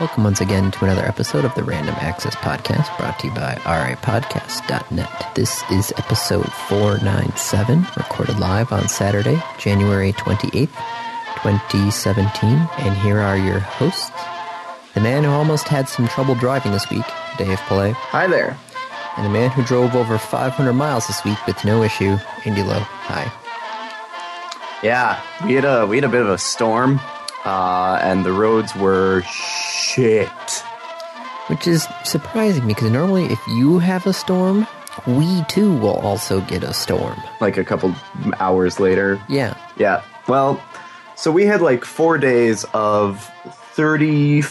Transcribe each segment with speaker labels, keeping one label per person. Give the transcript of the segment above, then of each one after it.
Speaker 1: Welcome once again to another episode of the Random Access Podcast brought to you by rapodcast.net. This is episode 497, recorded live on Saturday, January 28th, 2017. And here are your hosts the man who almost had some trouble driving this week, Dave Pillay,
Speaker 2: Hi there.
Speaker 1: and the man who drove over 500 miles this week with no issue, Indy Low. Hi.
Speaker 2: Yeah, we had a we had a bit of a storm, uh, and the roads were shit.
Speaker 1: Which is surprising because normally if you have a storm, we too will also get a storm.
Speaker 2: Like a couple hours later.
Speaker 1: Yeah.
Speaker 2: Yeah. Well, so we had like four days of thirty-six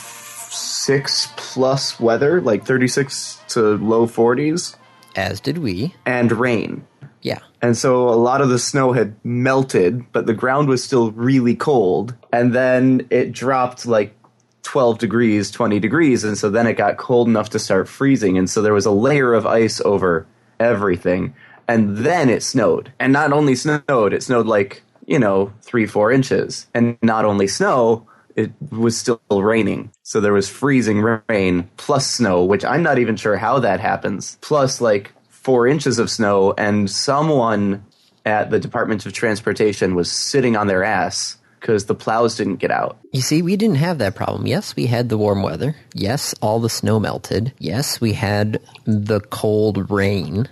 Speaker 2: plus weather, like thirty-six to low forties,
Speaker 1: As did we.
Speaker 2: and rain.
Speaker 1: Yeah.
Speaker 2: And so a lot of the snow had melted, but the ground was still really cold. And then it dropped like 12 degrees, 20 degrees. And so then it got cold enough to start freezing. And so there was a layer of ice over everything. And then it snowed. And not only snowed, it snowed like, you know, three, four inches. And not only snow, it was still raining. So there was freezing rain plus snow, which I'm not even sure how that happens, plus like four inches of snow. And someone at the Department of Transportation was sitting on their ass because the plows didn't get out.
Speaker 1: You see, we didn't have that problem. Yes, we had the warm weather. Yes, all the snow melted. Yes, we had the cold rain.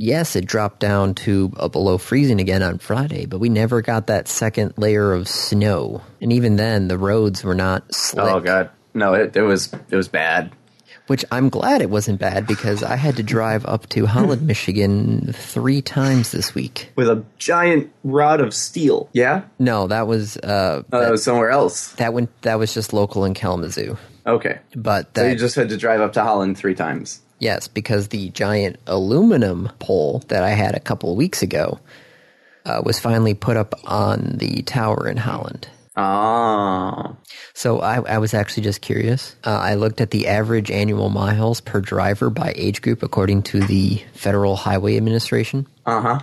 Speaker 1: Yes, it dropped down to uh, below freezing again on Friday, but we never got that second layer of snow. And even then, the roads were not slick.
Speaker 2: Oh, God. No, it, it was it was bad.
Speaker 1: Which I'm glad it wasn't bad because I had to drive up to Holland, Michigan three times this week.
Speaker 2: With a giant rod of steel. Yeah?
Speaker 1: No, that was uh,
Speaker 2: Oh, that was somewhere else.
Speaker 1: that went that was just local in Kalamazoo.
Speaker 2: Okay.
Speaker 1: But
Speaker 2: So you
Speaker 1: that,
Speaker 2: just had to drive up to Holland three times.
Speaker 1: yes, because the giant aluminum pole that I had a couple of weeks ago uh, was finally put up on the tower in Holland.
Speaker 2: Ah.
Speaker 1: So I, I was actually just curious. Uh, I looked at the average annual miles per driver by age group according to the Federal Highway Administration.
Speaker 2: Uh huh.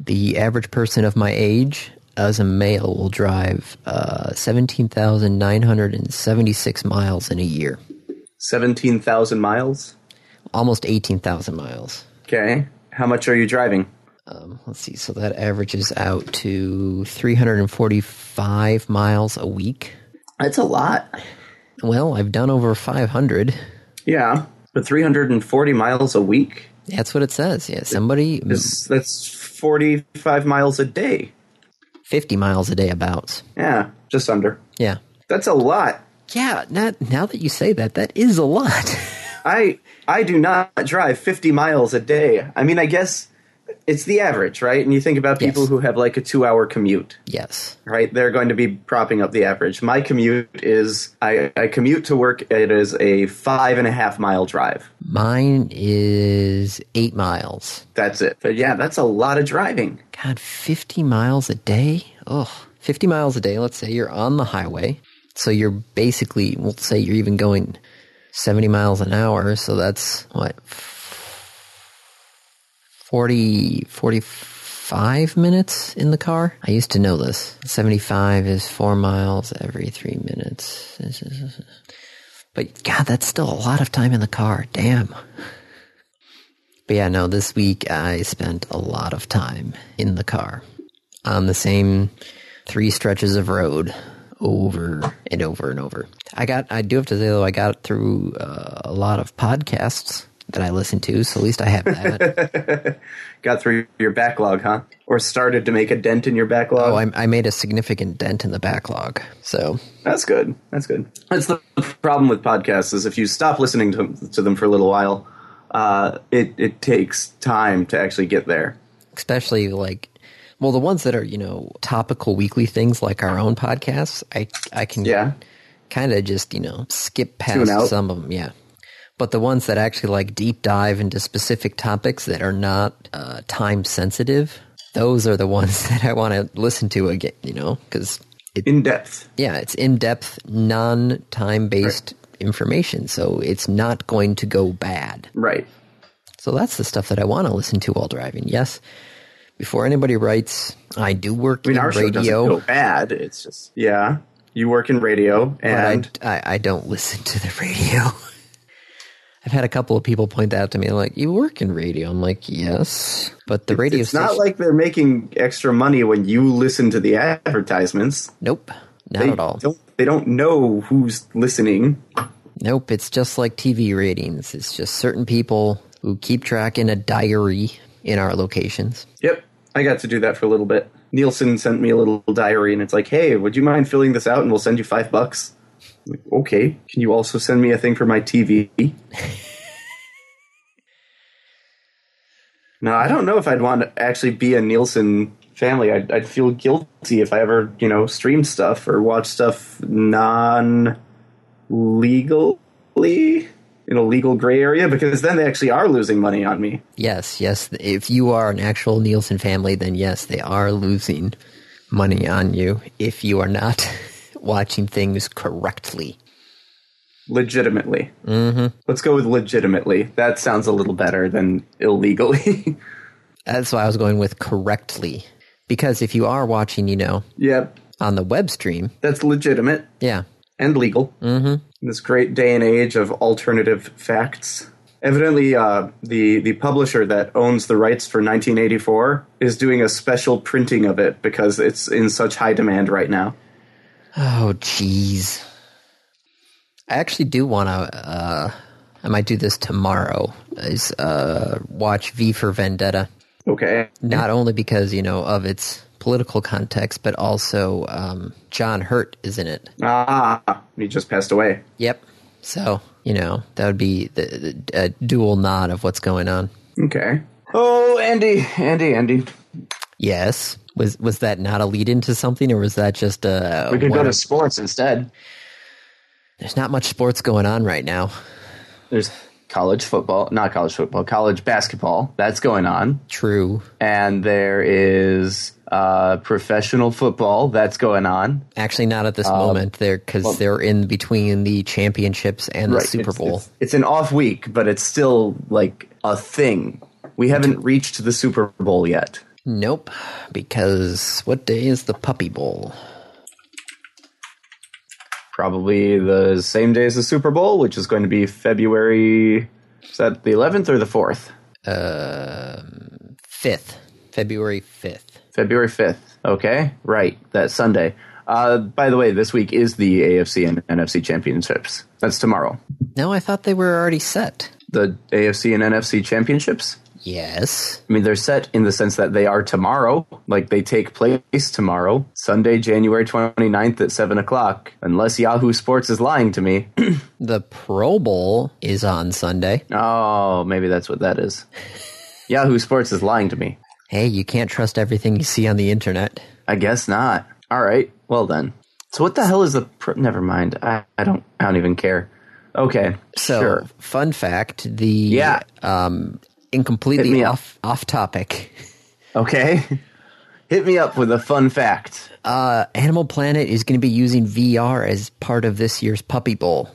Speaker 1: The average person of my age as a male will drive uh, 17,976 miles in a year,
Speaker 2: 17,000 miles.
Speaker 1: almost 18,000 miles.
Speaker 2: Okay. How much are you driving?
Speaker 1: Um, let's see, so that averages out to 345 miles a week.
Speaker 2: That's a lot.
Speaker 1: Well, I've done over 500.
Speaker 2: Yeah. But 340 miles a week?
Speaker 1: That's what it says. Yeah, somebody
Speaker 2: That's, that's 45 miles a day.
Speaker 1: 50 miles a day about.
Speaker 2: Yeah, just under.
Speaker 1: Yeah.
Speaker 2: That's a lot.
Speaker 1: Yeah, now, now that you say that, that is a lot.
Speaker 2: I I do not drive 50 miles a day. I mean, I guess it's the average, right? And you think about people
Speaker 1: Yes.
Speaker 2: who have like a 2-hour commute.
Speaker 1: yes.
Speaker 2: right? They're going to be propping up the average. My commute is I, I commute to work. It is a five and a half mile drive.
Speaker 1: Mine is 8 miles.
Speaker 2: That's it. But yeah, that's a lot of driving.
Speaker 1: God, 50 miles a day? Ugh. 50 miles a day, let's say you're on the highway. So you're basically, we'll say you're even going 70 miles an hour. So that's what? 40, 45 minutes in the car? I used to know this. 75 is four miles every three minutes. But God, that's still a lot of time in the car. Damn. But yeah, no, this week I spent a lot of time in the car on the same three stretches of road over and over and over. I got, I do have to say though, I got through uh, a lot of podcasts that I listen to, so at least I have that.
Speaker 2: Got through your backlog, huh? Or started to make a dent in your backlog.
Speaker 1: oh, I, I made a significant dent in the backlog. So
Speaker 2: That's good. That's good. That's the problem with podcasts is if you stop listening to, to them for a little while, uh, it it takes time to actually get there.
Speaker 1: especially like well the ones that are you know topical weekly things like our own podcasts i i can
Speaker 2: Yeah.
Speaker 1: kind of just you know skip
Speaker 2: Tune
Speaker 1: past
Speaker 2: out.
Speaker 1: some of them yeah but the ones that actually like deep dive into specific topics that are not uh, time sensitive those are the ones that i want to listen to again you know because it,
Speaker 2: In depth.
Speaker 1: yeah it's in-depth non-time based information so it's not going to go bad
Speaker 2: Right.
Speaker 1: so that's the stuff that I want to listen to while driving. Yes. Before anybody writes, I do work
Speaker 2: I mean,
Speaker 1: in
Speaker 2: our show doesn't
Speaker 1: radio.
Speaker 2: go bad. It's just yeah. You work in radio, and
Speaker 1: But I, I, I don't listen to the radio. I've had a couple of people point that out to me. Like, you work in radio. I'm like, yes, but the radio
Speaker 2: it's
Speaker 1: station.
Speaker 2: not like they're making extra money when you listen to the advertisements.
Speaker 1: nope, not
Speaker 2: They
Speaker 1: at all.
Speaker 2: Don't, they don't know who's listening.
Speaker 1: Nope, it's just like TV ratings. It's just certain people who keep track in a diary in our locations.
Speaker 2: Yep, I got to do that for a little bit. Nielsen sent me a little diary, and it's like, hey, would you mind filling this out, and we'll send you five bucks. I'm like, okay, can you also send me a thing for my TV? now, I don't know if I'd want to actually be a Nielsen family. I'd, I'd feel guilty if I ever, you know, streamed stuff or watched stuff non legally in a legal gray area because then they actually are losing money on me.
Speaker 1: Yes, yes. If you are an actual Nielsen family, then yes, they are losing money on you if you are not watching things correctly.
Speaker 2: legitimately. Mm-hmm. Let's go with legitimately. That sounds a little better than illegally.
Speaker 1: That's why I was going with correctly. Because if you are watching, you know,
Speaker 2: yep,
Speaker 1: on the web stream,
Speaker 2: that's legitimate
Speaker 1: yeah,
Speaker 2: and legal. Mm-hmm. In this great day and age of alternative facts. Evidently, uh, the the publisher that owns the rights for 1984 is doing a special printing of it because it's in such high demand right now.
Speaker 1: Oh, jeez. I actually do want to. Uh, I might do this tomorrow. Is uh, watch V for Vendetta,
Speaker 2: Okay,
Speaker 1: not only because you know of its political context, but also um, John Hurt is in it.
Speaker 2: ah, he just passed away.
Speaker 1: Yep. So you know that would be the, the a dual nod of what's going on.
Speaker 2: Okay. Oh, Andy, Andy, Andy.
Speaker 1: Yes. Was was that not a lead into something, or was that just a?
Speaker 2: We could
Speaker 1: one
Speaker 2: go to
Speaker 1: of-
Speaker 2: sports instead.
Speaker 1: there's not much sports going on right now.
Speaker 2: there's college football, not college football, college basketball. That's going on.
Speaker 1: True.
Speaker 2: And there is uh, professional football. That's going on.
Speaker 1: Actually, not at this
Speaker 2: Uh,
Speaker 1: moment. They're because they're in between the championships and the Super
Speaker 2: It's-
Speaker 1: Bowl.
Speaker 2: It's, it's an off week, but it's still like a thing. We haven't reached the Super Bowl yet.
Speaker 1: Nope, because what day is the Puppy Bowl?
Speaker 2: Probably the same day as the Super Bowl, which is going to be February. Is that the 11th or the 4th?
Speaker 1: Fifth, February fifth.
Speaker 2: February 5th. Okay, right. That Sunday. Uh, by the way, this week is the AFC and NFC championships. That's tomorrow.
Speaker 1: No, I thought they were already set.
Speaker 2: the AFC and NFC championships?
Speaker 1: Yes,
Speaker 2: I mean, they're set in the sense that they are tomorrow. Like, they take place tomorrow, Sunday, January 29th at 7 o'clock, unless Yahoo Sports is lying to me.
Speaker 1: the Pro Bowl is on Sunday.
Speaker 2: oh, maybe that's what that is. Yahoo Sports is lying to me.
Speaker 1: Hey, you can't trust everything you see on the internet.
Speaker 2: I guess not. All right. Well, then. So, what the hell is the. Pro- Never mind. I, I don't. I don't even care. Okay.
Speaker 1: So,
Speaker 2: sure.
Speaker 1: fun fact: the
Speaker 2: Yeah.
Speaker 1: um,
Speaker 2: Hit
Speaker 1: incompletely
Speaker 2: me up.
Speaker 1: off off topic.
Speaker 2: Okay. Hit me up with a fun fact.
Speaker 1: Uh, Animal Planet is going to be using VR as part of this year's Puppy Bowl.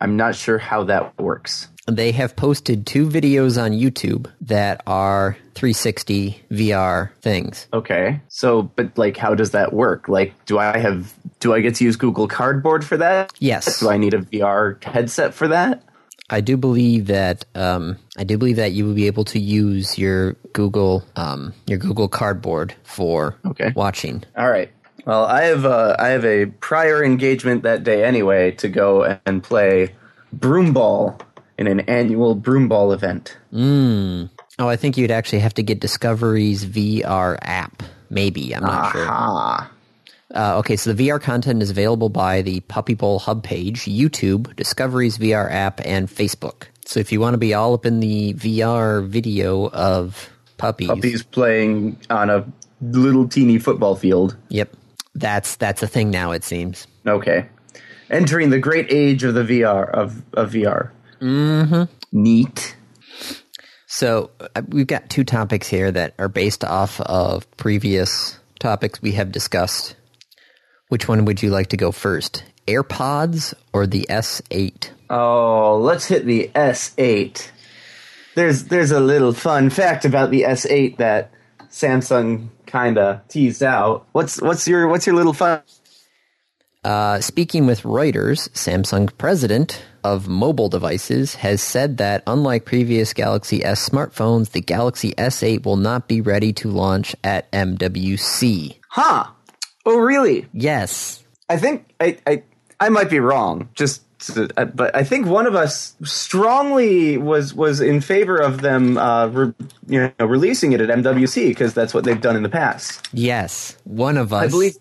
Speaker 2: I'm not sure how that works.
Speaker 1: they have posted two videos on YouTube that are 360 VR things.
Speaker 2: Okay. So, but like, how does that work? Like, do I have, do I get to use Google Cardboard for that?
Speaker 1: Yes.
Speaker 2: Do I need a VR headset for that?
Speaker 1: I do believe that um, I do believe that you will be able to use your Google um, your Google Cardboard for
Speaker 2: Okay.
Speaker 1: watching.
Speaker 2: All right. Well, I have, uh, I have a prior engagement that day anyway to go and play broomball in an annual broomball event.
Speaker 1: Oh, I think you'd actually have to get Discovery's VR app. Maybe I'm not sure.
Speaker 2: Ah.
Speaker 1: Uh, okay, so the VR content is available by the Puppy Bowl hub page, YouTube, Discovery's VR app, and Facebook. So if you want to be all up in the VR video of puppies,
Speaker 2: He's playing on a little teeny football field.
Speaker 1: yep, that's that's a thing now. It seems.
Speaker 2: Okay. Entering the great age of the VR, of, of VR. Mm-hmm. Neat.
Speaker 1: So uh, we've got two topics here that are based off of previous topics we have discussed. Which one would you like to go first? AirPods or the S8?
Speaker 2: Oh, let's hit the S8. There's there's a little fun fact about the S8 that Samsung kind of teased out. What's what's your what's your little fun
Speaker 1: Uh, speaking with Reuters, Samsung president of mobile devices has said that unlike previous Galaxy S smartphones, the Galaxy S8 will not be ready to launch at MWC.
Speaker 2: Huh. Oh, really?
Speaker 1: Yes.
Speaker 2: I think I I, I might be wrong. Just to- uh, but I think one of us strongly was was in favor of them, uh, re, you know, releasing it at MWC because that's what they've done in the past.
Speaker 1: Yes. One of us.
Speaker 2: I believe.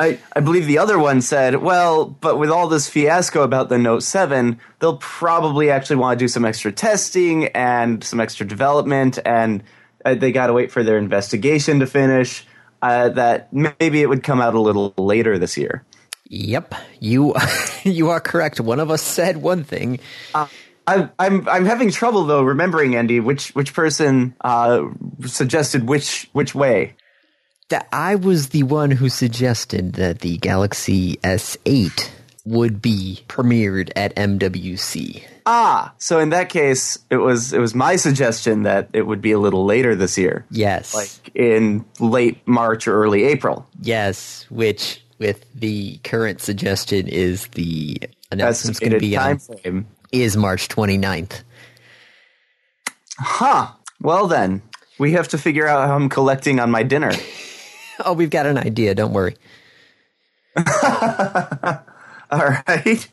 Speaker 2: I, I believe the other one said, well, but with all this fiasco about the Note 7, they'll probably actually want to do some extra testing and some extra development, and uh, they got to wait for their investigation to finish. Uh, that maybe it would come out a little later this year.
Speaker 1: Yep. You you are correct. One of us said one thing.
Speaker 2: I'm I'm I'm having trouble though remembering Andy which which person uh, suggested which which way.
Speaker 1: that I was the one who suggested that the Galaxy S8 would be premiered at MWC.
Speaker 2: Ah, so in that case, it was it was my suggestion that it would be a little later this year,
Speaker 1: Yes.
Speaker 2: like in late March or early April.
Speaker 1: yes, which with the current suggestion is the announcement's going to
Speaker 2: Estimated
Speaker 1: be
Speaker 2: time
Speaker 1: on
Speaker 2: frame.
Speaker 1: is March 29th.
Speaker 2: Huh. Well then, we have to figure out how I'm collecting on my dinner.
Speaker 1: Oh, we've got an idea, don't worry.
Speaker 2: All right,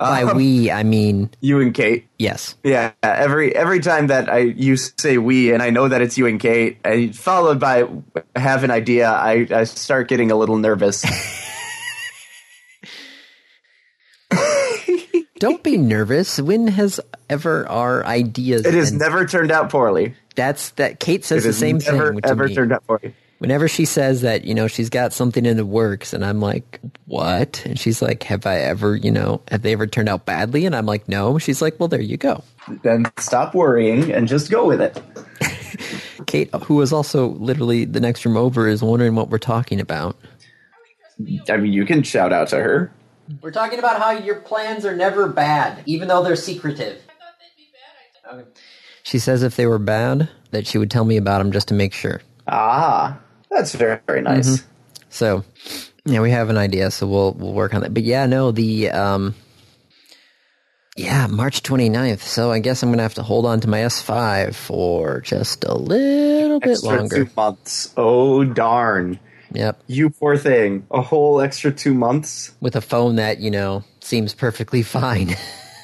Speaker 2: Um,
Speaker 1: By we, I mean
Speaker 2: you and Kate.
Speaker 1: yes.
Speaker 2: Yeah, every every time that I you say we and I know that it's you and Kate, and followed by have an idea, I, I start getting a little nervous.
Speaker 1: Don't be nervous. When has ever our ideas
Speaker 2: It has
Speaker 1: been-
Speaker 2: never turned out poorly.
Speaker 1: that's that Kate says
Speaker 2: It
Speaker 1: the
Speaker 2: has
Speaker 1: same
Speaker 2: never
Speaker 1: thing to
Speaker 2: ever
Speaker 1: me.
Speaker 2: turned out poorly.
Speaker 1: whenever she says that you know she's got something in the works and i'm like what and she's like have i ever you know have they ever turned out badly and i'm like no she's like well there you go
Speaker 2: Then stop worrying and just go with it.
Speaker 1: kate who is also literally the next room over is wondering what we're talking about
Speaker 2: I mean, you can shout out to her.
Speaker 1: we're talking about how your plans are never bad even though they're secretive she says if they were bad that she would tell me about them just to make sure
Speaker 2: Ah, that's very very nice.
Speaker 1: So yeah, we have an idea, so we'll we'll work on that. But yeah, no, the um yeah, March 29th. So I guess I'm going to have to hold on to my S5 for just a little bit
Speaker 2: Extra
Speaker 1: longer.
Speaker 2: two months. Oh darn,
Speaker 1: Yep.
Speaker 2: you poor thing. A whole extra two months.
Speaker 1: With a phone that, you know, seems perfectly fine.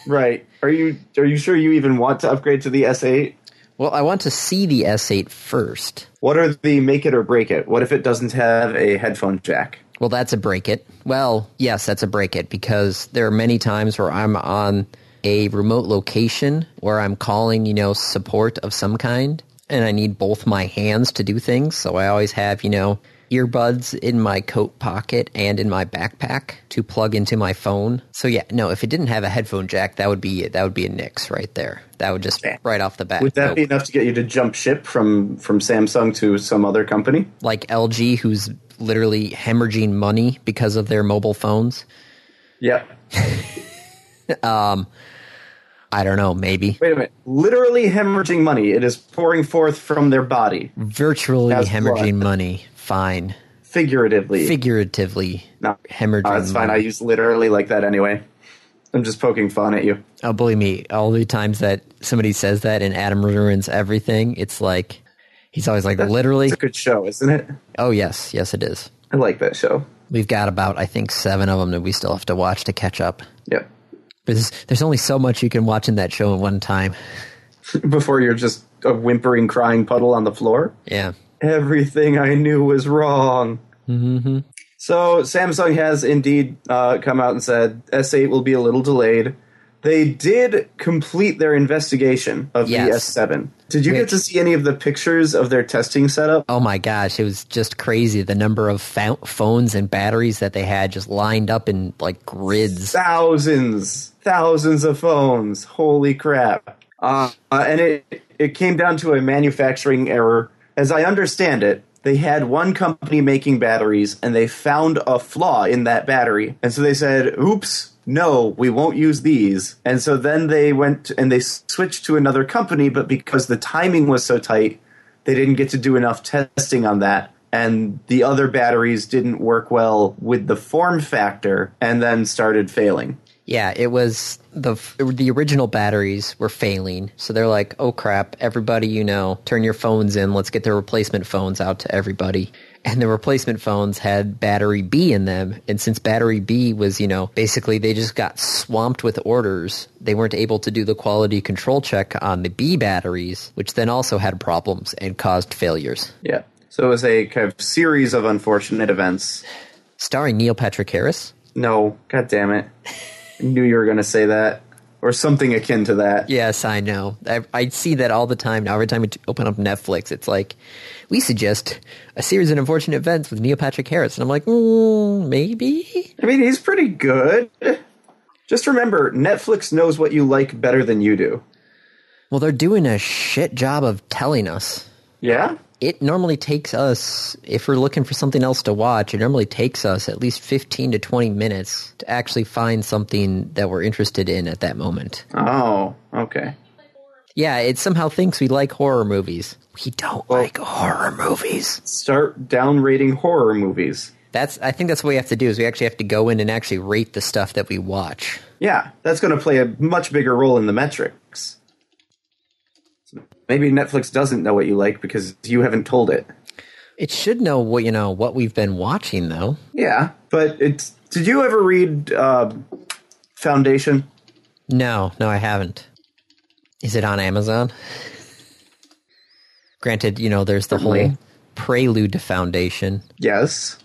Speaker 2: Right? Are you are you sure you even want to upgrade to the S8?
Speaker 1: well, I want to see the S8 first.
Speaker 2: What are the make it or break it? What if it doesn't have a headphone jack?
Speaker 1: Well, that's a break it. Well, yes, that's a break it because there are many times where I'm on a remote location where I'm calling, you know, support of some kind and I need both my hands to do things. So I always have, you know, earbuds in my coat pocket and in my backpack to plug into my phone. So yeah, no, if it didn't have a headphone jack, that would be that would be a nix right there. That would just right off the bat.
Speaker 2: Would that
Speaker 1: No.
Speaker 2: be enough to get you to jump ship from from Samsung to some other company?
Speaker 1: like LG who's literally hemorrhaging money because of their mobile phones?
Speaker 2: Yep.
Speaker 1: I don't know, maybe.
Speaker 2: Wait a minute. Literally hemorrhaging money. It is pouring forth from their body,
Speaker 1: virtually
Speaker 2: As
Speaker 1: hemorrhaging
Speaker 2: blood.
Speaker 1: money. Fine.
Speaker 2: figuratively.
Speaker 1: Figuratively
Speaker 2: no,
Speaker 1: hemorrhaging
Speaker 2: Uh, it's fine. I
Speaker 1: money.
Speaker 2: use literally like that anyway. I'm just poking fun at you.
Speaker 1: oh, believe me, all the times that somebody says that and Adam ruins everything, it's like, he's always like, literally.
Speaker 2: It's a good show, isn't it?
Speaker 1: Oh, yes. Yes, it is.
Speaker 2: I like that show.
Speaker 1: We've got about, I think, seven of them that we still have to watch to catch up.
Speaker 2: Yep.
Speaker 1: But there's, there's only so much you can watch in that show at one time.
Speaker 2: Before you're just a whimpering, crying puddle on the floor.
Speaker 1: Yeah.
Speaker 2: everything I knew was wrong. Mm-hmm. So Samsung has indeed uh, come out and said S8 will be a little delayed. They did complete their investigation of
Speaker 1: Yes.
Speaker 2: the S7. Did you
Speaker 1: Which-
Speaker 2: get to see any of the pictures of their testing setup?
Speaker 1: Oh my gosh, it was just crazy the number of fou- phones and batteries that they had just lined up in like grids.
Speaker 2: Thousands, thousands of phones. Holy crap! Uh, uh, and it it came down to a manufacturing error, as I understand it. They had one company making batteries, and they found a flaw in that battery, and so they said, "Oops." No, we won't use these. And so then they went and they switched to another company, but because the timing was so tight, they didn't get to do enough testing on that. and the other batteries didn't work well with the form factor and then started failing.
Speaker 1: Yeah, it was the the original batteries were failing, so they're like, "Oh crap! Everybody, you know, turn your phones in. Let's get the replacement phones out to everybody." And the replacement phones had battery B in them, and since battery B was, you know, basically they just got swamped with orders. They weren't able to do the quality control check on the B batteries, which then also had problems and caused failures.
Speaker 2: Yeah. So it was a kind of series of unfortunate events.
Speaker 1: Starring Neil Patrick Harris.
Speaker 2: No, god damn it. I knew you were going to say that or something akin to that.
Speaker 1: Yes, I know. I, I see that all the time now. Every time we t- open up Netflix, it's like, we suggest a series of unfortunate events with Neil Patrick Harris. And I'm like, mm, maybe?
Speaker 2: I mean, he's pretty good. Just remember, Netflix knows what you like better than you do.
Speaker 1: Well, they're doing a shit job of telling us.
Speaker 2: Yeah?
Speaker 1: It normally takes us, if we're looking for something else to watch, it normally takes us at least 15 to 20 minutes to actually find something that we're interested in at that moment.
Speaker 2: Oh, okay.
Speaker 1: Yeah, it somehow thinks we like horror movies. We don't like horror movies.
Speaker 2: Start downrating horror movies.
Speaker 1: That's I think that's what we have to do is we actually have to go in and actually rate the stuff that we watch.
Speaker 2: Yeah, that's going to play a much bigger role in the metrics. Maybe Netflix doesn't know what you like because you haven't told it.
Speaker 1: It should know what you know what we've been watching though.
Speaker 2: Yeah, but it's. Did you ever read uh, Foundation?
Speaker 1: No, no I haven't. Is it on Amazon? Granted, you know, there's the whole
Speaker 2: Certainly.
Speaker 1: prelude to foundation.
Speaker 2: Yes.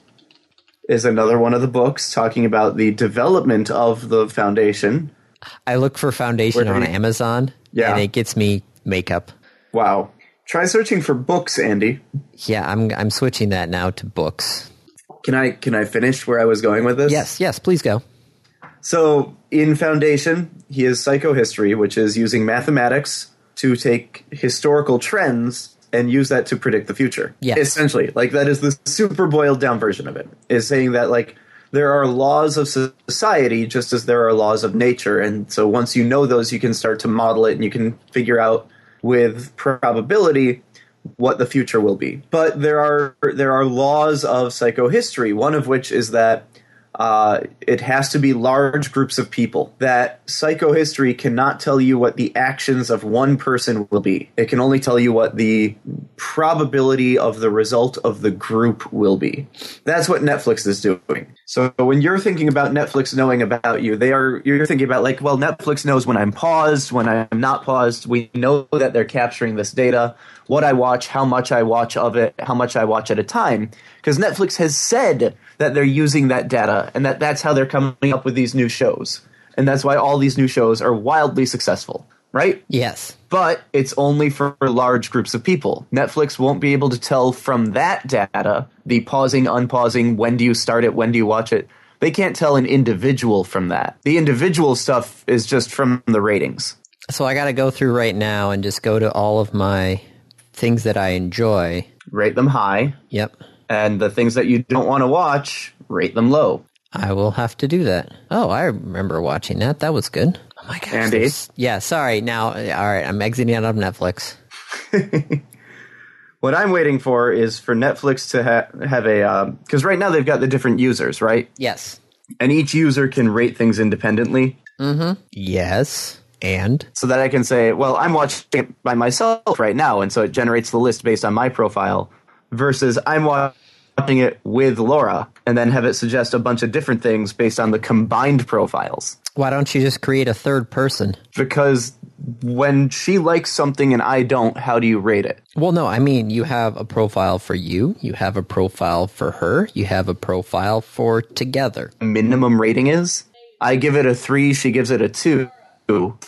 Speaker 2: Is another one of the books talking about the development of the foundation.
Speaker 1: I look for foundation
Speaker 2: Where
Speaker 1: on
Speaker 2: do you-
Speaker 1: Amazon
Speaker 2: Yeah.
Speaker 1: and it gets me makeup.
Speaker 2: Wow. Try searching for books, Andy.
Speaker 1: Yeah, I'm I'm switching that now to books.
Speaker 2: Can I can I finish where I was going with this?
Speaker 1: Yes, yes, please go.
Speaker 2: So in Foundation, he is psychohistory, which is using mathematics to take historical trends and use that to predict the future.
Speaker 1: Yes.
Speaker 2: Essentially. Like that is the super boiled down version of it. Is saying that like there are laws of so- society just as there are laws of nature. And so once you know those, you can start to model it and you can figure out with probability what the future will be. But there are there are laws of psychohistory, one of which is that uh, it has to be large groups of people. That psychohistory cannot tell you what the actions of one person will be. It can only tell you what the probability of the result of the group will be. That's what Netflix is doing. So when you're thinking about Netflix knowing about you, they are you're thinking about like, well, Netflix knows when I'm paused, when I'm not paused. We know that they're capturing this data, what I watch, how much I watch of it, how much I watch at a time, because Netflix has said that they're using that data and that that's how they're coming up with these new shows. And that's why all these new shows are wildly successful, right?
Speaker 1: Yes.
Speaker 2: but it's only for large groups of people. Netflix won't be able to tell from that data the pausing, unpausing, when do you start it, when do you watch it. They can't tell an individual from that. The individual stuff is just from the ratings.
Speaker 1: So I got to go through right now and just go to all of my things that I enjoy.
Speaker 2: Rate them high,
Speaker 1: Yep.
Speaker 2: and the things that you don't want to watch, rate them low.
Speaker 1: I will have to do that. Oh, I remember watching that. That was good. Oh my gosh.
Speaker 2: Andy?
Speaker 1: there's- Yeah, sorry. Now, all right, I'm exiting out of Netflix.
Speaker 2: What I'm waiting for is for Netflix to ha- have a because right now they've got the different users, right?
Speaker 1: Yes.
Speaker 2: And each user can rate things independently.
Speaker 1: Yes. And
Speaker 2: so that I can say, well, I'm watching it by myself right now, and so it generates the list based on my profile, versus I'm wa- watching it with Laura, and then have it suggest a bunch of different things based on the combined profiles.
Speaker 1: why don't you just create a third person?
Speaker 2: Because when she likes something and I don't, how do you rate it?
Speaker 1: Well, no, I mean, you have a profile for you, you have a profile for her, you have a profile for together.
Speaker 2: Minimum rating is? I give it a three, she gives it a two.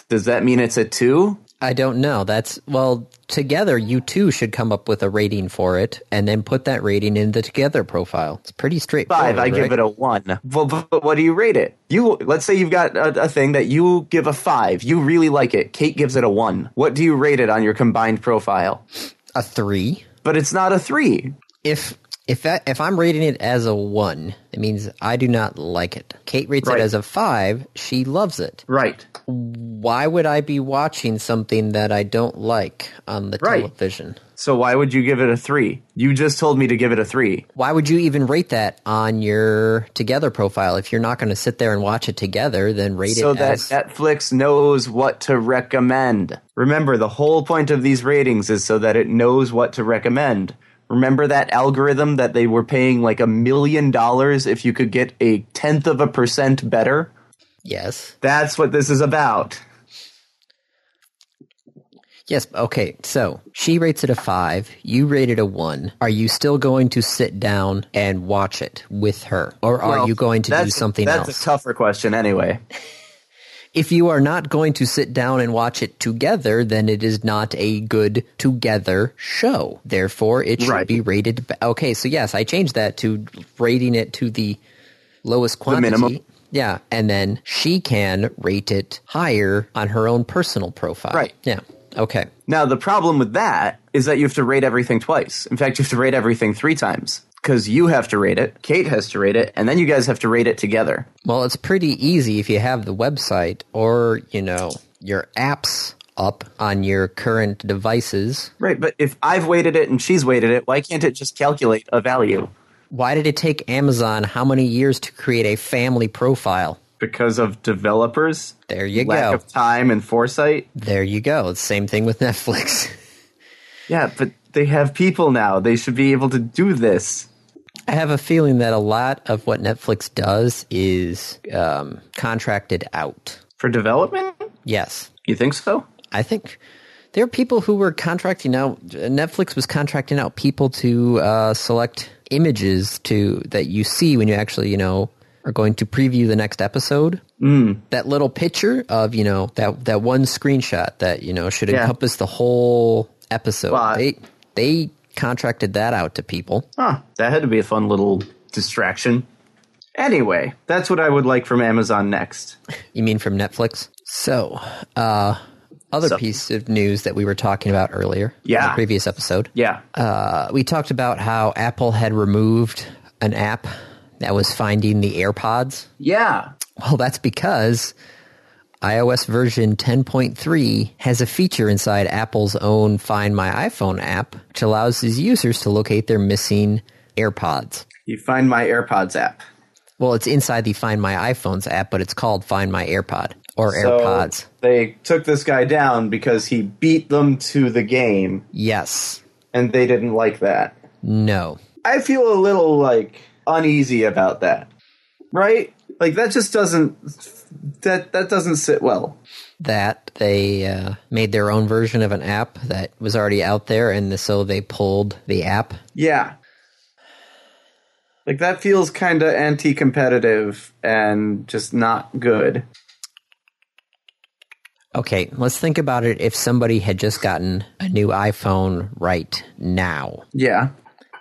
Speaker 2: Does that mean it's a two?
Speaker 1: I don't know. That's well, together you two should come up with a rating for it and then put that rating in the together profile. It's pretty straightforward.
Speaker 2: five, I give
Speaker 1: right?
Speaker 2: it a one. Well, but, but what do you rate it? You let's say you've got a, a thing that you give a five. You really like it. Kate gives it a one. What do you rate it on your combined profile?
Speaker 1: a three.
Speaker 2: But it's not a three.
Speaker 1: If If that, if I'm rating it as a one, it means I do not like it. Kate rates
Speaker 2: Right.
Speaker 1: it as a five. She loves it.
Speaker 2: Right.
Speaker 1: Why would I be watching something that I don't like on the
Speaker 2: Right.
Speaker 1: television?
Speaker 2: So why would you give it a three? You just told me to give it a three.
Speaker 1: Why would you even rate that on your Together profile if you're not going to sit there and watch it together? Then rate
Speaker 2: so
Speaker 1: it
Speaker 2: that
Speaker 1: as
Speaker 2: Netflix knows what to recommend. Remember, the whole point of these ratings is so that it knows what to recommend. Remember that algorithm that they were paying like a million dollars if you could get a tenth of a percent better?
Speaker 1: yes,
Speaker 2: That's what this is about.
Speaker 1: yes. Okay, so she rates it a five. You rate it a one. Are you still going to sit down and watch it with her, or are
Speaker 2: Well,
Speaker 1: you going to do
Speaker 2: that's-
Speaker 1: something
Speaker 2: that's
Speaker 1: else?
Speaker 2: a tougher question, anyway.
Speaker 1: if you are not going to sit down and watch it together, then it is not a good together show. Therefore, it should
Speaker 2: Right.
Speaker 1: be rated. ba- Okay, so yes, I changed that to rating it to the lowest quantity.
Speaker 2: minimum.
Speaker 1: Yeah, and then she can rate it higher on her own personal profile.
Speaker 2: Right.
Speaker 1: Yeah. Okay.
Speaker 2: Now, the problem with that is that you have to rate everything twice. In fact, you have to rate everything three times because you have to rate it, Kate has to rate it, and then you guys have to rate it together.
Speaker 1: Well, it's pretty easy if you have the website or, you know, your apps up on your current devices.
Speaker 2: Right, but if I've weighted it and she's weighted it, why can't it just calculate a value?
Speaker 1: Why did it take Amazon how many years to create a family profile?
Speaker 2: Because of developers?
Speaker 1: There you
Speaker 2: lack
Speaker 1: go.
Speaker 2: of time and foresight?
Speaker 1: There you go. Same thing with Netflix.
Speaker 2: Yeah, but they have people now. They should be able to do this.
Speaker 1: I have a feeling that a lot of what Netflix does is um, contracted out.
Speaker 2: For development?
Speaker 1: Yes.
Speaker 2: You think so?
Speaker 1: I think there are people who were contracting out. Netflix was contracting out people to uh, select images to that you see when you actually, you know, are going to preview the next episode. Mm. That little picture of you know that that one screenshot that you know should
Speaker 2: Yeah.
Speaker 1: encompass the whole episode.
Speaker 2: Well, I-
Speaker 1: they they contracted that out to people.
Speaker 2: Huh, that had to be a fun little distraction. Anyway, that's what I would like from Amazon next.
Speaker 1: You mean from Netflix? So, uh, other
Speaker 2: So-
Speaker 1: piece of news that we were talking about earlier.
Speaker 2: Yeah.
Speaker 1: In the previous episode.
Speaker 2: Yeah.
Speaker 1: Uh, we talked about how Apple had removed an app that was finding the AirPods.
Speaker 2: Yeah.
Speaker 1: Well, that's because iOS version 10.3 has a feature inside Apple's own Find My iPhone app, which allows its users to locate their missing AirPods.
Speaker 2: You find my AirPods app.
Speaker 1: Well, it's inside the Find My iPhones app, but it's called Find My AirPod or
Speaker 2: So
Speaker 1: AirPods.
Speaker 2: they took this guy down because he beat them to the game,
Speaker 1: Yes.
Speaker 2: and they didn't like that.
Speaker 1: No.
Speaker 2: I feel a little like uneasy about that. Right? Like that just doesn't that that doesn't sit well.
Speaker 1: That they uh, made their own version of an app that was already out there, and so they pulled the app.
Speaker 2: Yeah. Like that feels kind of anti-competitive and just not good.
Speaker 1: Okay, let's think about it if somebody had just gotten a new iPhone right now.
Speaker 2: Yeah.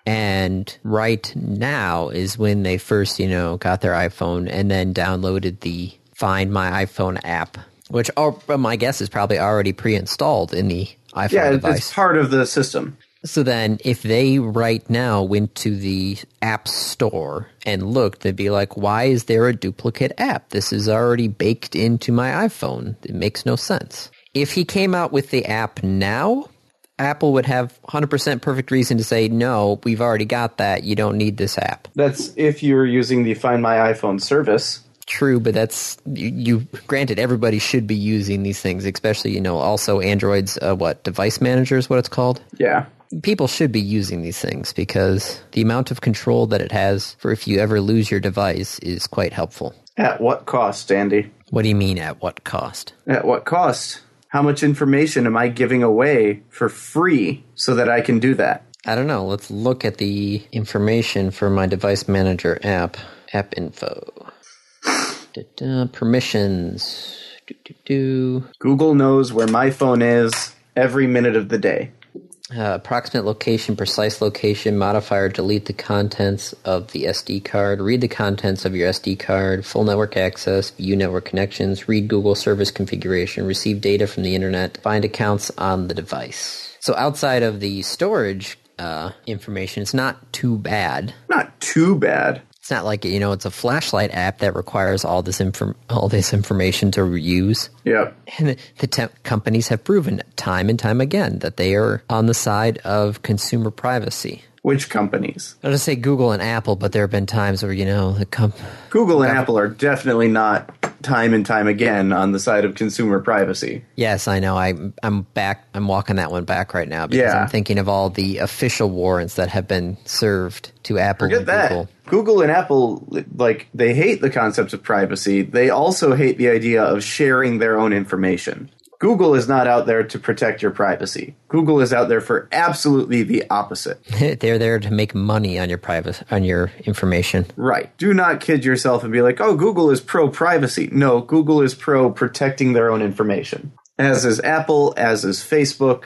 Speaker 1: And right now is when they first, you know, got their iPhone and then downloaded the Find My iPhone app, which oh, my guess is probably already pre installed in the iPhone
Speaker 2: Yeah, it-
Speaker 1: device.
Speaker 2: it's part of the system.
Speaker 1: So then, if they right now went to the app store and looked, they'd be like, why is there a duplicate app? This is already baked into my iPhone. It makes no sense. If he came out with the app now, Apple would have 100% perfect reason to say, no, we've already got that. You don't need this app.
Speaker 2: That's if you're using the Find My iPhone service.
Speaker 1: True, but that's, you, you granted, everybody should be using these things, especially, you know, also Android's, uh, what, device manager is what it's called?
Speaker 2: Yeah.
Speaker 1: people should be using these things because the amount of control that it has for if you ever lose your device is quite helpful.
Speaker 2: At what cost, Andy?
Speaker 1: What do you mean at what cost?
Speaker 2: At what cost? How much information am I giving away for free so that I can do that?
Speaker 1: I don't know. Let's look at the information for my device manager app, app info. Da-da, permissions. Do-do-do.
Speaker 2: Google knows where my phone is every minute of the day.
Speaker 1: Uh, approximate location, precise location, modifier, delete the contents of the SD card, read the contents of your SD card, full network access, view network connections, read Google service configuration, receive data from the internet, find accounts on the device. So outside of the storage uh, information. It's not too bad.
Speaker 2: Not too bad.
Speaker 1: It's not like you know, it's a flashlight app that requires all this inform- all this information to use.
Speaker 2: Yeah.
Speaker 1: And the temp companies have proven time and time again that they are on the side of consumer privacy.
Speaker 2: Which companies?
Speaker 1: I'll just say Google and Apple, but there have been times where you know the comp-
Speaker 2: Google and Apple are definitely not time and time again on the side of consumer privacy.
Speaker 1: Yes, I know. I I'm back. I'm walking that one back right now because
Speaker 2: Yeah.
Speaker 1: I'm thinking of all the official warrants that have been served to Apple
Speaker 2: Look at
Speaker 1: and
Speaker 2: that.
Speaker 1: Google.
Speaker 2: Google and Apple, like, they hate the concept of privacy. They also hate the idea of sharing their own information. Google is not out there to protect your privacy. Google is out there for absolutely the opposite.
Speaker 1: They're there to make money on your private on your information.
Speaker 2: Right. Do not kid yourself and be like, oh, Google is pro privacy. No, Google is pro protecting their own information, as is Apple, as is Facebook.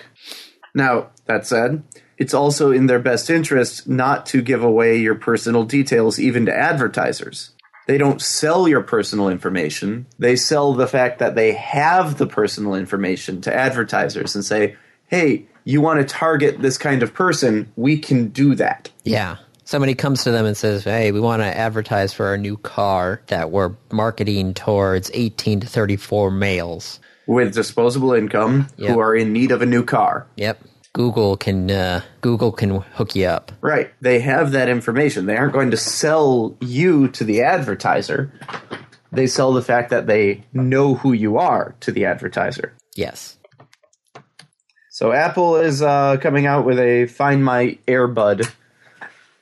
Speaker 2: Now, that said, it's also in their best interest not to give away your personal details even to advertisers. They don't sell your personal information. They sell the fact that they have the personal information to advertisers and say, hey, you want to target this kind of person, we can do that.
Speaker 1: Yeah. Somebody comes to them and says, "Hey, we want to advertise for our new car that we're marketing towards 18 to 34 males."
Speaker 2: with disposable income
Speaker 1: Yep.
Speaker 2: who are in need of a new car.
Speaker 1: Yep. Google can uh, Google can hook you up.
Speaker 2: Right. They have that information. They aren't going to sell you to the advertiser. They sell the fact that they know who you are to the advertiser.
Speaker 1: Yes.
Speaker 2: So Apple is uh, coming out with a Find My Airbud,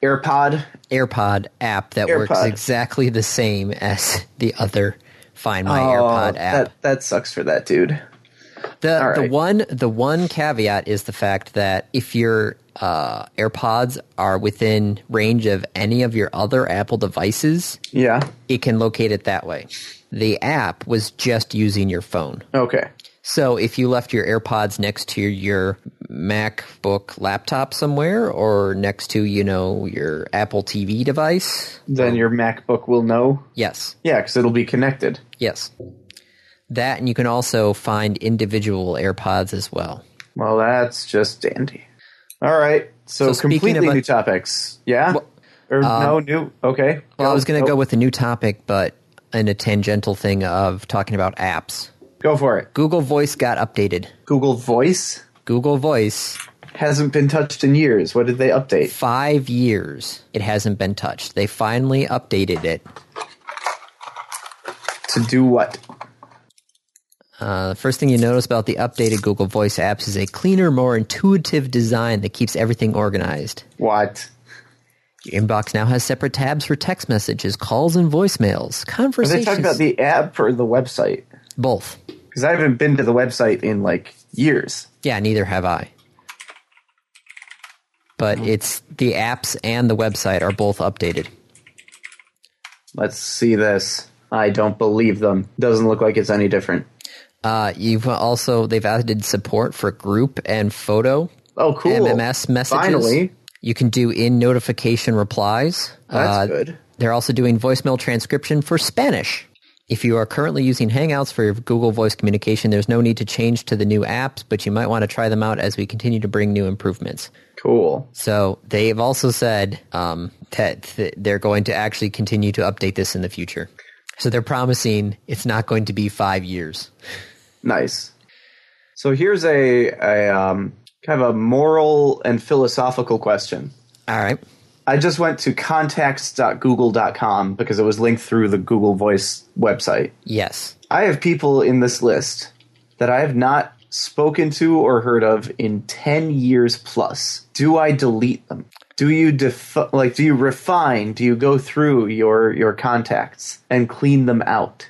Speaker 2: AirPod.
Speaker 1: AirPod app that works
Speaker 2: AirPod.
Speaker 1: exactly the same as the other Find My
Speaker 2: Oh,
Speaker 1: AirPod app.
Speaker 2: That, that sucks for that dude.
Speaker 1: The
Speaker 2: All
Speaker 1: the
Speaker 2: right.
Speaker 1: one the one caveat is the fact that if your uh, AirPods are within range of any of your other Apple devices,
Speaker 2: Yeah.
Speaker 1: it can locate it that way. The app was just using your phone.
Speaker 2: Okay.
Speaker 1: So if you left your AirPods next to your MacBook laptop somewhere or next to, you know, your Apple TV device,
Speaker 2: Then your MacBook will know.
Speaker 1: yes,
Speaker 2: Yeah, because it'll be connected.
Speaker 1: yes. That and you can also find individual AirPods as well.
Speaker 2: Well, that's just dandy. All right. So,
Speaker 1: So speaking
Speaker 2: completely
Speaker 1: of a-
Speaker 2: new topics. Yeah? or no, new. Okay.
Speaker 1: Well, I was going to
Speaker 2: go,
Speaker 1: go with a new topic, but in a tangential thing of talking about apps.
Speaker 2: Go for it.
Speaker 1: Google Voice got updated.
Speaker 2: Google Voice
Speaker 1: Google Voice,
Speaker 2: hasn't been touched in years. What did they update?
Speaker 1: five years, it hasn't been touched. They finally updated it.
Speaker 2: To do what?
Speaker 1: Uh, the first thing you notice about the updated Google Voice apps is a cleaner, more intuitive design that keeps everything organized.
Speaker 2: What?
Speaker 1: Your inbox now has separate tabs for text messages, calls, and voicemails.
Speaker 2: Are they
Speaker 1: Conversations.
Speaker 2: talking about the app or the website?
Speaker 1: both.
Speaker 2: Because I haven't been to the website in like years.
Speaker 1: Yeah, neither have I. But
Speaker 2: Hmm.
Speaker 1: it's the apps and the website are both updated.
Speaker 2: Let's see this. I don't believe them. Doesn't look like it's any different.
Speaker 1: Uh, you've also they've added support for group and photo
Speaker 2: Oh, cool.
Speaker 1: MMS messages.
Speaker 2: Finally.
Speaker 1: You can do in notification replies.
Speaker 2: That's
Speaker 1: Uh,
Speaker 2: good.
Speaker 1: They're also doing voicemail transcription for Spanish. If you are currently using Hangouts for your Google Voice communication, there's no need to change to the new apps, but you might want to try them out as we continue to bring new improvements.
Speaker 2: Cool.
Speaker 1: So they've also said um, that th- they're going to actually continue to update this in the future. So they're promising it's not going to be five years.
Speaker 2: Nice. So here's a, a um, kind of a moral and philosophical question.
Speaker 1: All right.
Speaker 2: I just went to contacts.google.com because it was linked through the Google Voice website.
Speaker 1: Yes.
Speaker 2: I have people in this list that I have not spoken to or heard of in 10 years plus. Do I delete them? Do you defi- like do you refine, do you go through your your contacts and clean them out?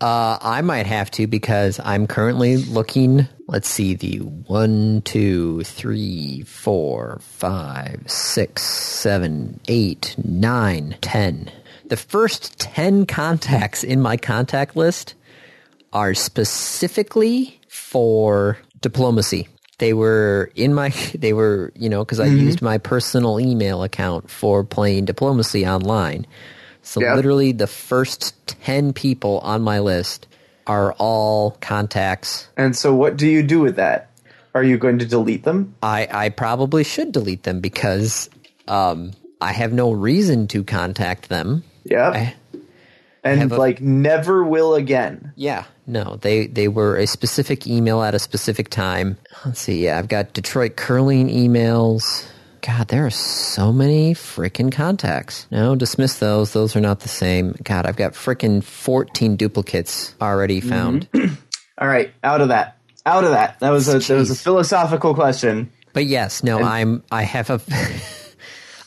Speaker 1: Uh, I might have to because I'm currently looking. Let's see, the one, two, three, four, five, six, seven, eight, nine, ten. The first 10 contacts in my contact list are specifically for diplomacy. They were in my, they were, you know, because I used my personal email account for playing diplomacy online. So
Speaker 2: Yeah.
Speaker 1: literally the first 10 people on my list are all contacts.
Speaker 2: And so what do you do with that? Are you going to delete them?
Speaker 1: I, I probably should delete them because um, I have no reason to contact them.
Speaker 2: Yeah.
Speaker 1: I-
Speaker 2: and
Speaker 1: have a-
Speaker 2: like never will again.
Speaker 1: yeah, no, they they were a specific email at a specific time. Let's see, yeah, I've got Detroit curling emails. God, there are so many freaking contacts. No, dismiss those. Those are not the same. God, I've got freaking 14 duplicates already found.
Speaker 2: All right, out of that. Out of that. That was a that was a
Speaker 1: Jeez.
Speaker 2: philosophical question.
Speaker 1: But yes, no, I'm I have a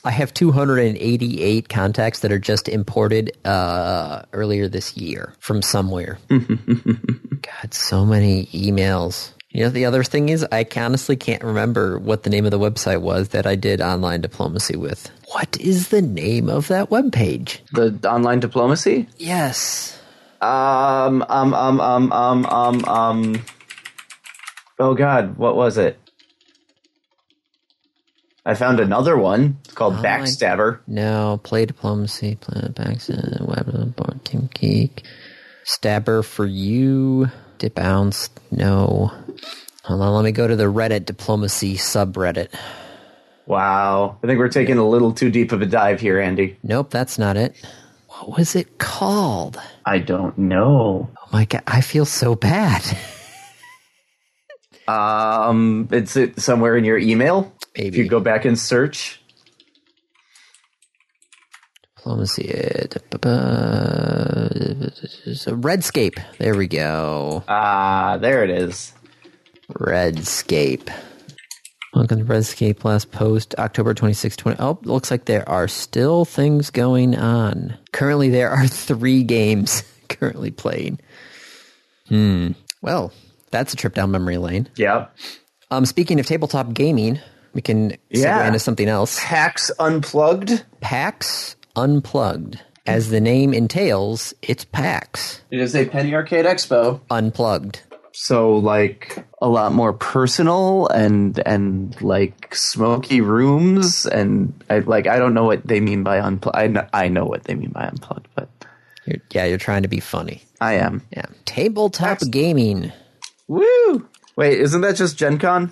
Speaker 1: I have 288 contacts that are just imported uh, earlier this year from somewhere. God, so many emails. You know, the other thing is, I honestly can't remember what the name of the website was that I did online diplomacy with. What is the name of that webpage?
Speaker 2: The online diplomacy.
Speaker 1: Yes.
Speaker 2: Um um um um um um um. Oh God, what was it? I found another one. It's called Backstabber.
Speaker 1: No, play diplomacy, planet Baxter, web board team geek, stabber for you, dip ounce. No, hold on. Let me go to the Reddit diplomacy subreddit.
Speaker 2: Wow, I think we're taking a little too deep of a dive here, Andy.
Speaker 1: Nope, that's not it. What was it called?
Speaker 2: I don't know.
Speaker 1: Oh my god, I feel so bad.
Speaker 2: Um, it's it somewhere in your email. If
Speaker 1: Maybe
Speaker 2: you go back and search,
Speaker 1: diplomacy. eh, da- ba- ba- so Redscape. There we go.
Speaker 2: ah, there it is.
Speaker 1: Redscape. Welcome to Redscape last post, October 26, 20. Oh, looks like there are still things going on. Currently, there are three games currently playing. Hmm. Well, that's a trip down memory lane.
Speaker 2: Yep.
Speaker 1: Um, speaking of tabletop gaming, we can
Speaker 2: Yeah.
Speaker 1: segue into something else.
Speaker 2: PAX Unplugged.
Speaker 1: PAX Unplugged. As the name entails, it's PAX
Speaker 2: It is a Penny Arcade Expo.
Speaker 1: Unplugged.
Speaker 2: So like a lot more personal and and like smoky rooms and I, like I don't know what they mean by unplugged. I know, I know what they mean by unplugged, but
Speaker 1: You're, yeah, you're trying to be funny.
Speaker 2: I am.
Speaker 1: Yeah. Tabletop gaming.
Speaker 2: Woo! Wait, isn't that just Gen Con?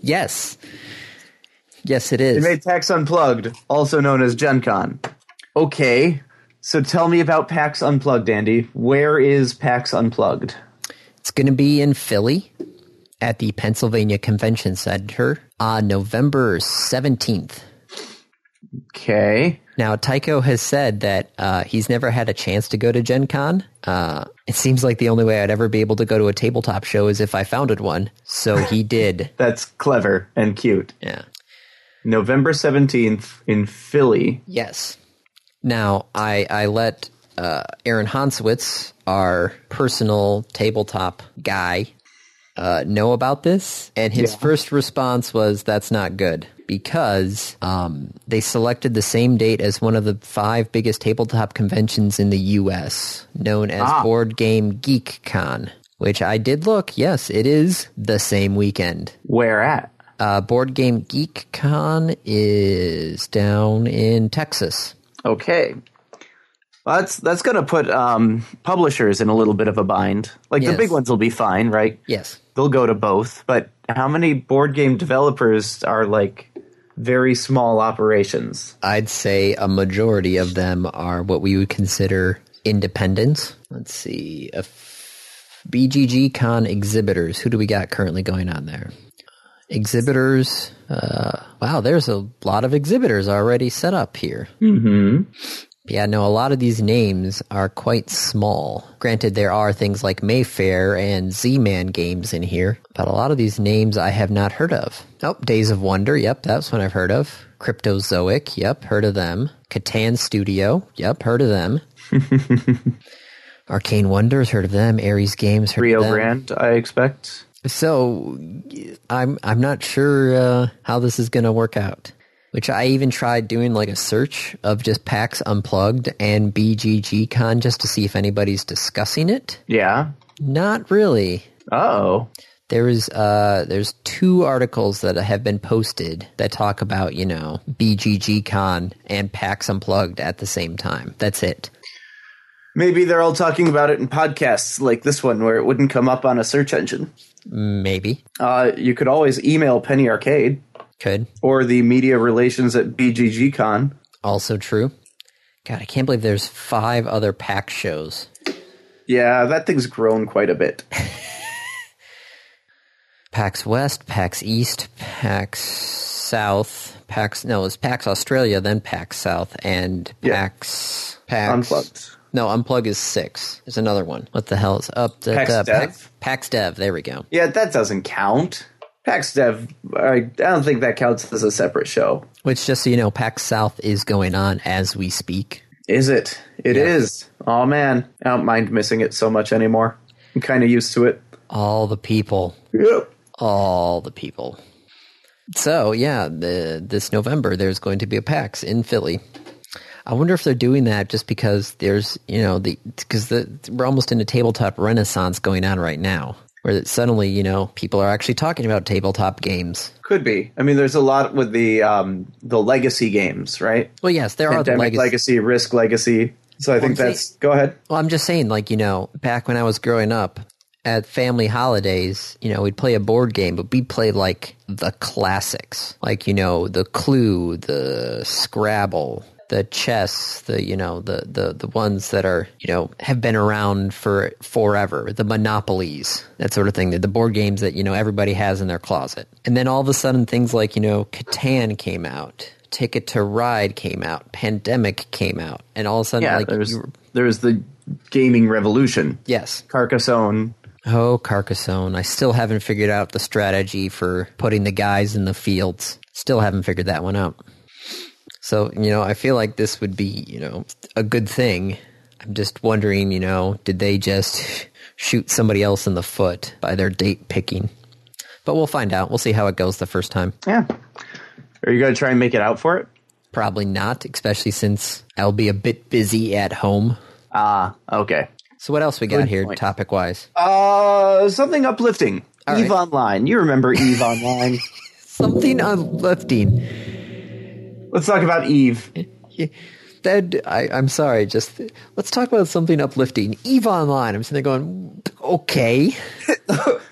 Speaker 1: Yes. Yes, it is.
Speaker 2: They made PAX Unplugged, also known as Gen Con. Okay. So tell me about PAX Unplugged, Andy. Where is PAX Unplugged?
Speaker 1: it's going to be in Philly at the Pennsylvania Convention Center on November 17th.
Speaker 2: Okay.
Speaker 1: Now, Tycho has said that uh, he's never had a chance to go to Gen Con. Uh, it seems like the only way I'd ever be able to go to a tabletop show is if I founded one. So he did.
Speaker 2: That's clever and cute.
Speaker 1: Yeah.
Speaker 2: November 17th in Philly.
Speaker 1: Yes. Now I I let uh, Aaron Hanswitz, our personal tabletop guy, uh, know about this, and his first response was, "That's not good." Because um, they selected the same date as one of the five biggest tabletop conventions in the U.S., known as Board Game Geek Con, which I did look. Yes, it is the same weekend.
Speaker 2: Where at?
Speaker 1: Uh, Board Game Geek Con is down in Texas.
Speaker 2: Okay. Well, that's that's going to put um, publishers in a little bit of a bind. Like the
Speaker 1: Yes.
Speaker 2: big ones will be fine, right?
Speaker 1: Yes.
Speaker 2: They'll go to both. But how many board game developers are like very small operations?
Speaker 1: I'd say a majority of them are what we would consider independents. Let's see. A f- BGG Con exhibitors. Who do we got currently going on there? Exhibitors. Uh, wow, there's a lot of exhibitors already set up here. Mm-hmm. Yeah, no, a lot of these names are quite small. Granted, there are things like Mayfair and Z Man games in here, but a lot of these names I have not heard of. Oh, Days of Wonder. Yep, that's one I've heard of. Cryptozoic. Yep, heard of them. Catan Studio. Yep, heard of them. Arcane Wonders, heard of them. Ares Games, heard
Speaker 2: Rio
Speaker 1: of them.
Speaker 2: Grande, I expect.
Speaker 1: So I'm I'm not sure uh, how this is going to work out. Which I even tried doing like a search of just PAX Unplugged and BGG Con just to see if anybody's discussing it.
Speaker 2: Yeah.
Speaker 1: Not really.
Speaker 2: Oh.
Speaker 1: There is uh there's two articles that have been posted that talk about, you know, BGG Con and PAX Unplugged at the same time. That's it.
Speaker 2: Maybe they're all talking about it in podcasts like this one where it wouldn't come up on a search engine.
Speaker 1: Maybe.
Speaker 2: Uh, you could always email Penny Arcade
Speaker 1: Could.
Speaker 2: or the media relations at BGGCon.
Speaker 1: Also true. God, I can't believe there's five other PAX shows.
Speaker 2: Yeah, that thing's grown quite a bit.
Speaker 1: PAX West, PAX East, PAX South, PAX no, it's PAX Australia, then PAX South, and
Speaker 2: Yeah.
Speaker 1: PAX PAX
Speaker 2: Unplugged.
Speaker 1: No, Unplug is six. There's another one. What the hell is up? Da,
Speaker 2: PAX
Speaker 1: da,
Speaker 2: Dev?
Speaker 1: PAX, PAX Dev. There we go.
Speaker 2: Yeah, that doesn't count. PAX Dev, I I don't think that counts as a separate show.
Speaker 1: Which, just so you know, PAX South is going on as we speak.
Speaker 2: Is it? It is. Oh man, I don't mind missing it so much anymore. I'm kind of used to it.
Speaker 1: All the people,
Speaker 2: Yep.
Speaker 1: all the people. So yeah, the, this November there's going to be a PAX in Philly. I wonder if they're doing that just because there's you know the because the we're almost in a tabletop renaissance going on right now where that suddenly you know people are actually talking about tabletop games.
Speaker 2: Could be. I mean, there's a lot with the um, the legacy games, right?
Speaker 1: Well, yes, there are the
Speaker 2: Pandemic Oh, legacy.
Speaker 1: legacy
Speaker 2: Risk legacy. So I think
Speaker 1: I'm
Speaker 2: that's. Go ahead.
Speaker 1: Well, I'm just saying, like, you know, back when I was growing up at family holidays, you know, we'd play a board game, but we'd play like the classics, like, you know, the Clue, the Scrabble, the chess, the, you know, the, the, the ones that are, you know, have been around for forever, the monopolies, that sort of thing, the, the board games that, you know, everybody has in their closet. And then all of a sudden, things like, you know, Catan came out. Ticket to Ride came out, Pandemic came out, and all of a sudden,
Speaker 2: Yeah,
Speaker 1: like,
Speaker 2: there's
Speaker 1: you were-
Speaker 2: there's the gaming revolution.
Speaker 1: yes,
Speaker 2: Carcassonne.
Speaker 1: Oh, Carcassonne. I still haven't figured out the strategy for putting the guys in the fields. Still haven't figured that one out. So, you know, I feel like this would be, you know, a good thing. I'm just wondering, you know, did they just shoot somebody else in the foot by their date picking? But we'll find out. We'll see how it goes the first time.
Speaker 2: Yeah. Are you going to try and make it out for it?
Speaker 1: Probably not, especially since I'll be a bit busy at home.
Speaker 2: Ah, okay.
Speaker 1: So, what else we got here,
Speaker 2: point.
Speaker 1: topic wise?
Speaker 2: Uh, something uplifting.
Speaker 1: All
Speaker 2: Eve
Speaker 1: right.
Speaker 2: Online. You remember Eve Online?
Speaker 1: Something uplifting.
Speaker 2: Let's talk about Eve.
Speaker 1: Yeah, that I, I'm sorry. Just let's talk about something uplifting. Eve Online. I'm sitting there going, okay,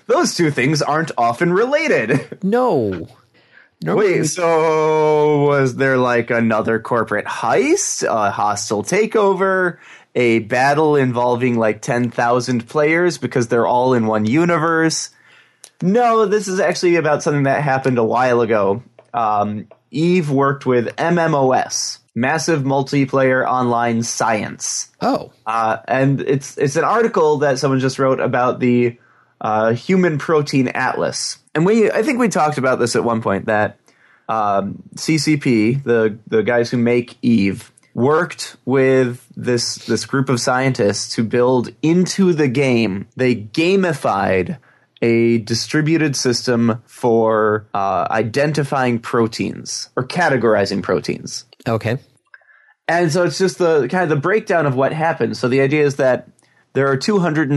Speaker 2: Those two things aren't often related.
Speaker 1: no. Normally
Speaker 2: Wait,
Speaker 1: we-
Speaker 2: so was there like another corporate heist, a hostile takeover, a battle involving like 10,000 players because they're all in one universe? No, this is actually about something that happened a while ago. Um, Eve worked with MMOS, Massive Multiplayer Online Science.
Speaker 1: oh,
Speaker 2: Uh, and it's it's an article that someone just wrote about the uh, human protein atlas. And we I think we talked about this at one point that um, CCP, the the guys who make Eve, worked with this this group of scientists to build into the game. They gamified a distributed system for uh, identifying proteins or categorizing proteins.
Speaker 1: okay,
Speaker 2: And so it's just the kind of the breakdown of what happened. So the idea is that there are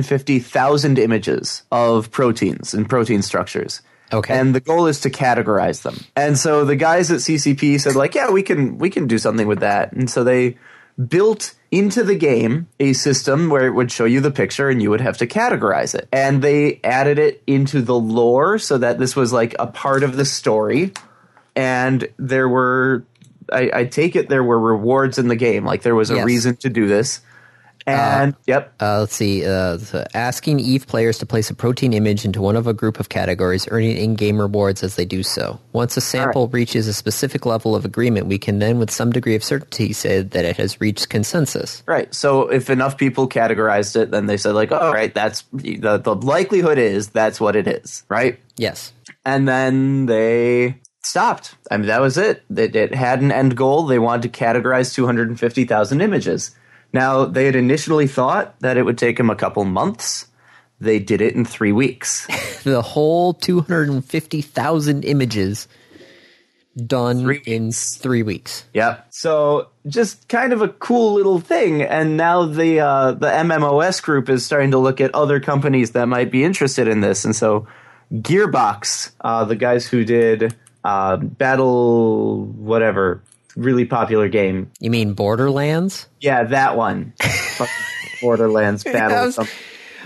Speaker 2: 250,000 images of proteins and protein structures.
Speaker 1: Okay.
Speaker 2: And the goal is to categorize them. And so the guys at CCP said like, "Yeah, we can we can do something with that." And so they built into the game a system where it would show you the picture and you would have to categorize it. And they added it into the lore so that this was like a part of the story and there were I, I take it there were rewards in the game like there was a
Speaker 1: Yes.
Speaker 2: reason to do this and yep
Speaker 1: uh, let's see. Uh, so asking Eve players to place a protein image into one of a group of categories, earning in-game rewards as they do so. Once a sample reaches a specific level of agreement, we can then, with some degree of certainty, say that it has reached consensus.
Speaker 2: right so if enough people categorized it then they said like all right that's the, the likelihood is that's what it is right
Speaker 1: Yes.
Speaker 2: and then they stopped i mean that was it it, it had an end goal they wanted to categorize 250000 images now they had initially thought that it would take them a couple months they did it in three weeks
Speaker 1: the whole 250,000 images done in three weeks.
Speaker 2: Yep. So just kind of a cool little thing, and now the uh, the MMOS group is starting to look at other companies that might be interested in this, and so Gearbox, uh, the guys who did uh, Battle whatever, really popular game,
Speaker 1: You mean Borderlands?
Speaker 2: yeah, that one, Fucking Borderlands Battle.
Speaker 1: Yes.
Speaker 2: something.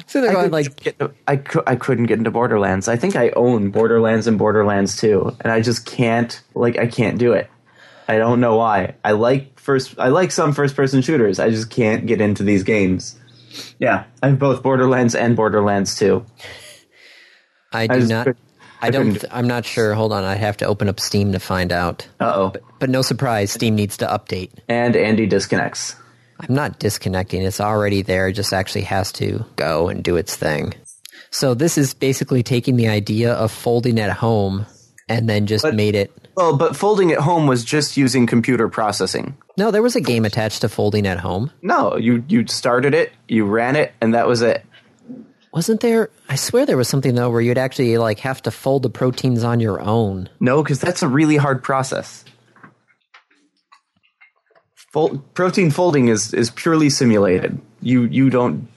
Speaker 1: So they're
Speaker 2: I
Speaker 1: going
Speaker 2: couldn't
Speaker 1: like,
Speaker 2: get into- I, cou- I couldn't get into Borderlands. I think I own Borderlands and Borderlands 2, and I just can't like I can't do it. I don't know why. I like first I like some first person shooters. I just can't get into these games. Yeah, I have both Borderlands and Borderlands 2.
Speaker 1: I do
Speaker 2: just
Speaker 1: not.
Speaker 2: couldn't-
Speaker 1: I don't.
Speaker 2: couldn't-
Speaker 1: th- I'm not sure. Hold on. I'd have to open up Steam to find out.
Speaker 2: Uh-oh.
Speaker 1: But no surprise, Steam needs to update.
Speaker 2: And Andy disconnects.
Speaker 1: I'm not disconnecting. It's already there. It just actually has to go and do its thing. So this is basically taking the idea of folding at home and then just made it.
Speaker 2: Well, but folding at home was just using computer processing.
Speaker 1: No, there was a game attached to folding at home.
Speaker 2: No, you you started it, you ran it, and that was it.
Speaker 1: Wasn't there? I swear there was something though where you'd actually like have to fold the proteins on your own.
Speaker 2: No, because that's a really hard process. Fold, protein folding is, is purely simulated. You you don't.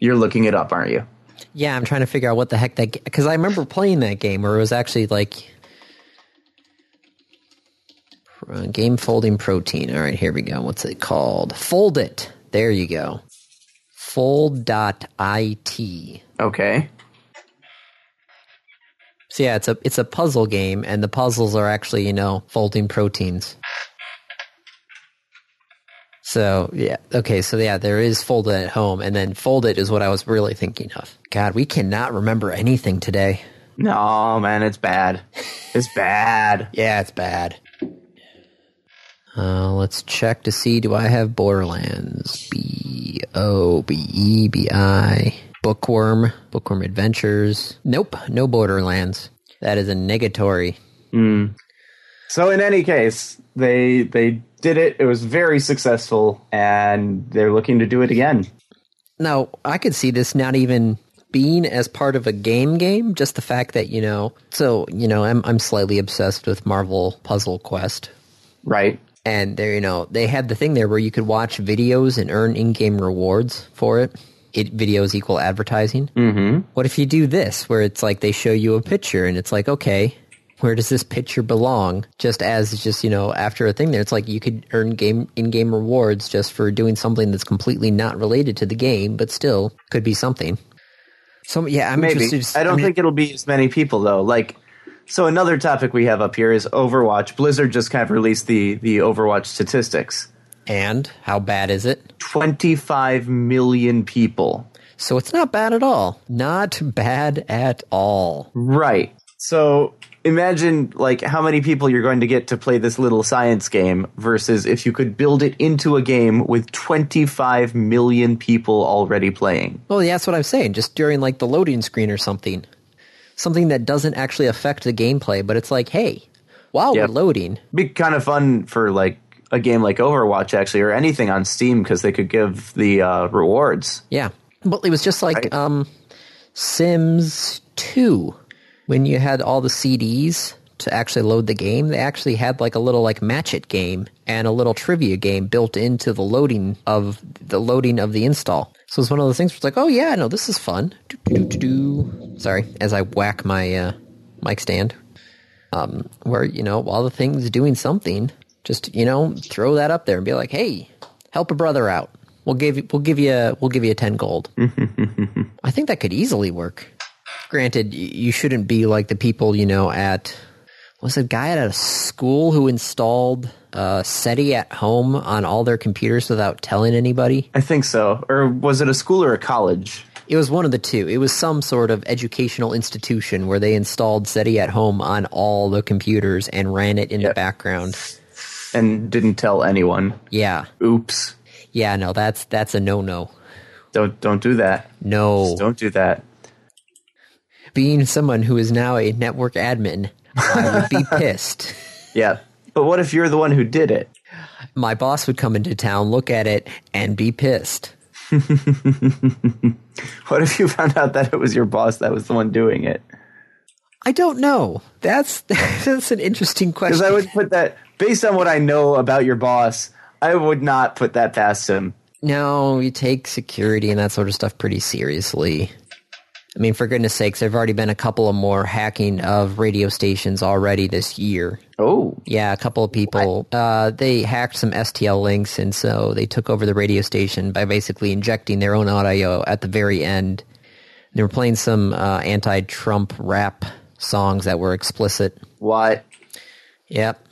Speaker 2: You're looking it up, aren't you?
Speaker 1: Yeah, I'm trying to figure out what the heck that because I remember playing that game where it was actually like uh, game folding protein. All right, here we go. What's it called? Fold it. There you go. Fold.it. So
Speaker 2: Okay.
Speaker 1: yeah, it's a it's a puzzle game, and the puzzles are actually you know folding proteins. So yeah, okay. So yeah, there is fold it at home, and then fold it is what I was really thinking of. God, we cannot remember anything today.
Speaker 2: No, man, it's bad. It's bad.
Speaker 1: Yeah, it's bad. Uh, let's check to see do I have Borderlands? B O B E B I. Bookworm, Bookworm Adventures. Nope, no Borderlands. That is a negatory.
Speaker 2: So in any case, they they did it. It was very successful, and they're looking to do it again.
Speaker 1: Now, I could see this not even being as part of a game game, just the fact that, you know, so, you know, I'm, I'm slightly obsessed with Marvel Puzzle Quest,
Speaker 2: Right.
Speaker 1: and there you know they had the thing there where you could watch videos and earn in-game rewards for it it videos equal advertising mm-hmm. what if you do this where it's like they show you a picture and it's like okay where does this picture belong just as it's just you know after a thing there it's like you could earn game in-game rewards just for doing something that's completely not related to the game but still could be something so yeah i'm
Speaker 2: Maybe.
Speaker 1: interested to-
Speaker 2: I don't
Speaker 1: I'm-
Speaker 2: think it'll be as many people though. Like so another topic we have up here is Overwatch. Blizzard just kind of released the the Overwatch statistics.
Speaker 1: and how bad is it
Speaker 2: 25 million people.
Speaker 1: so it's not bad at all not bad at all
Speaker 2: Right. So imagine like how many people you're going to get to play this little science game versus if you could build it into a game with 25 million people already playing.
Speaker 1: Well, yeah, that's what I'm saying. Just during like the loading screen or something, something that doesn't actually affect the gameplay, but it's like, hey, while
Speaker 2: Yep.
Speaker 1: we're loading,
Speaker 2: Be kind of fun for like a game like Overwatch actually or anything on Steam because they could give the uh, rewards.
Speaker 1: yeah. But it was just like um, Sims Two, when you had all the CDs to actually load the game, they actually had like a little like match it game and a little trivia game built into the loading of the loading of the install. So it's one of those things where it's like, oh yeah, no, this is fun. Do-do-do-do-do. Sorry, as I whack my uh, mic stand. um, where you know while the thing's doing something, just you know throw that up there and be like, hey, help a brother out. We'll give you, we'll give you we'll give you ten gold. I think that could easily work. Granted, y- you shouldn't be like the people you know at was a guy at a school who installed uh, SETI at home on all their computers without telling anybody.
Speaker 2: I think so. Or was it a school or a college?
Speaker 1: It was one of the two. It was some sort of educational institution where they installed SETI at home on all the computers and ran it in the
Speaker 2: Yep.
Speaker 1: background.
Speaker 2: And didn't tell anyone.
Speaker 1: Yeah.
Speaker 2: Oops.
Speaker 1: Yeah, no, that's that's a no-no.
Speaker 2: Don't don't do that.
Speaker 1: No.
Speaker 2: Don't do that.
Speaker 1: Being someone who is now a network admin, I would be pissed.
Speaker 2: Yeah. But what if you're the one who did it?
Speaker 1: My boss would come into town, look at it, and be pissed.
Speaker 2: What if you found out that it was your boss that was the one doing it?
Speaker 1: I don't know. That's that's an interesting
Speaker 2: Because
Speaker 1: question.
Speaker 2: I would put that based on what I know about your boss, I would not put that past him.
Speaker 1: no, you take security and that sort of stuff pretty seriously. I mean, for goodness sakes, there've already been a couple of more hacking of radio stations already this year.
Speaker 2: Oh.
Speaker 1: Yeah, a couple of people. Uh, they hacked some STL links, and so they took over the radio station by basically injecting their own audio at the very end They were playing some uh, anti-Trump rap songs that were explicit.
Speaker 2: What?
Speaker 1: Yep.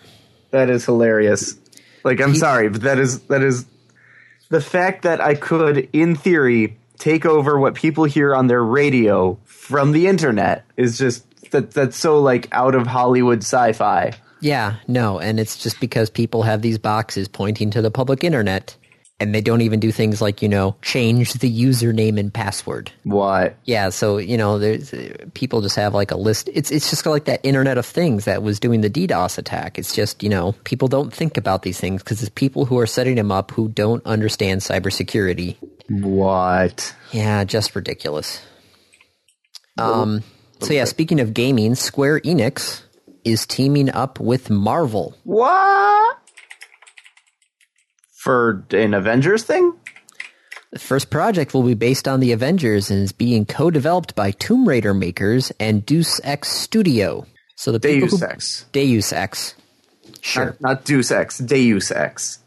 Speaker 2: That is hilarious. Like I'm sorry, but that is that is the fact that I could, in theory, take over what people hear on their radio from the internet is just that that's so like out of Hollywood sci-fi.
Speaker 1: Yeah, no, and it's just because people have these boxes pointing to the public internet and they don't even do things like, you know, change the username and password.
Speaker 2: What?
Speaker 1: Yeah, so, you know, there's uh, people just have like a list. It's it's just like that internet of things that was doing the DDoS attack. It's just, you know, people don't think about these things because it's people who are setting them up who don't understand cybersecurity.
Speaker 2: What?
Speaker 1: Yeah, just ridiculous. Um, so yeah, speaking of gaming, Square Enix is teaming up with Marvel.
Speaker 2: What? For an Avengers thing?
Speaker 1: The first project will be based on the Avengers and is being co-developed by Tomb Raider makers and Deus Ex Studio. So the people
Speaker 2: Deus
Speaker 1: who-
Speaker 2: Ex.
Speaker 1: Deus Ex. Sure,
Speaker 2: Not, not Deus Ex. Deus Ex.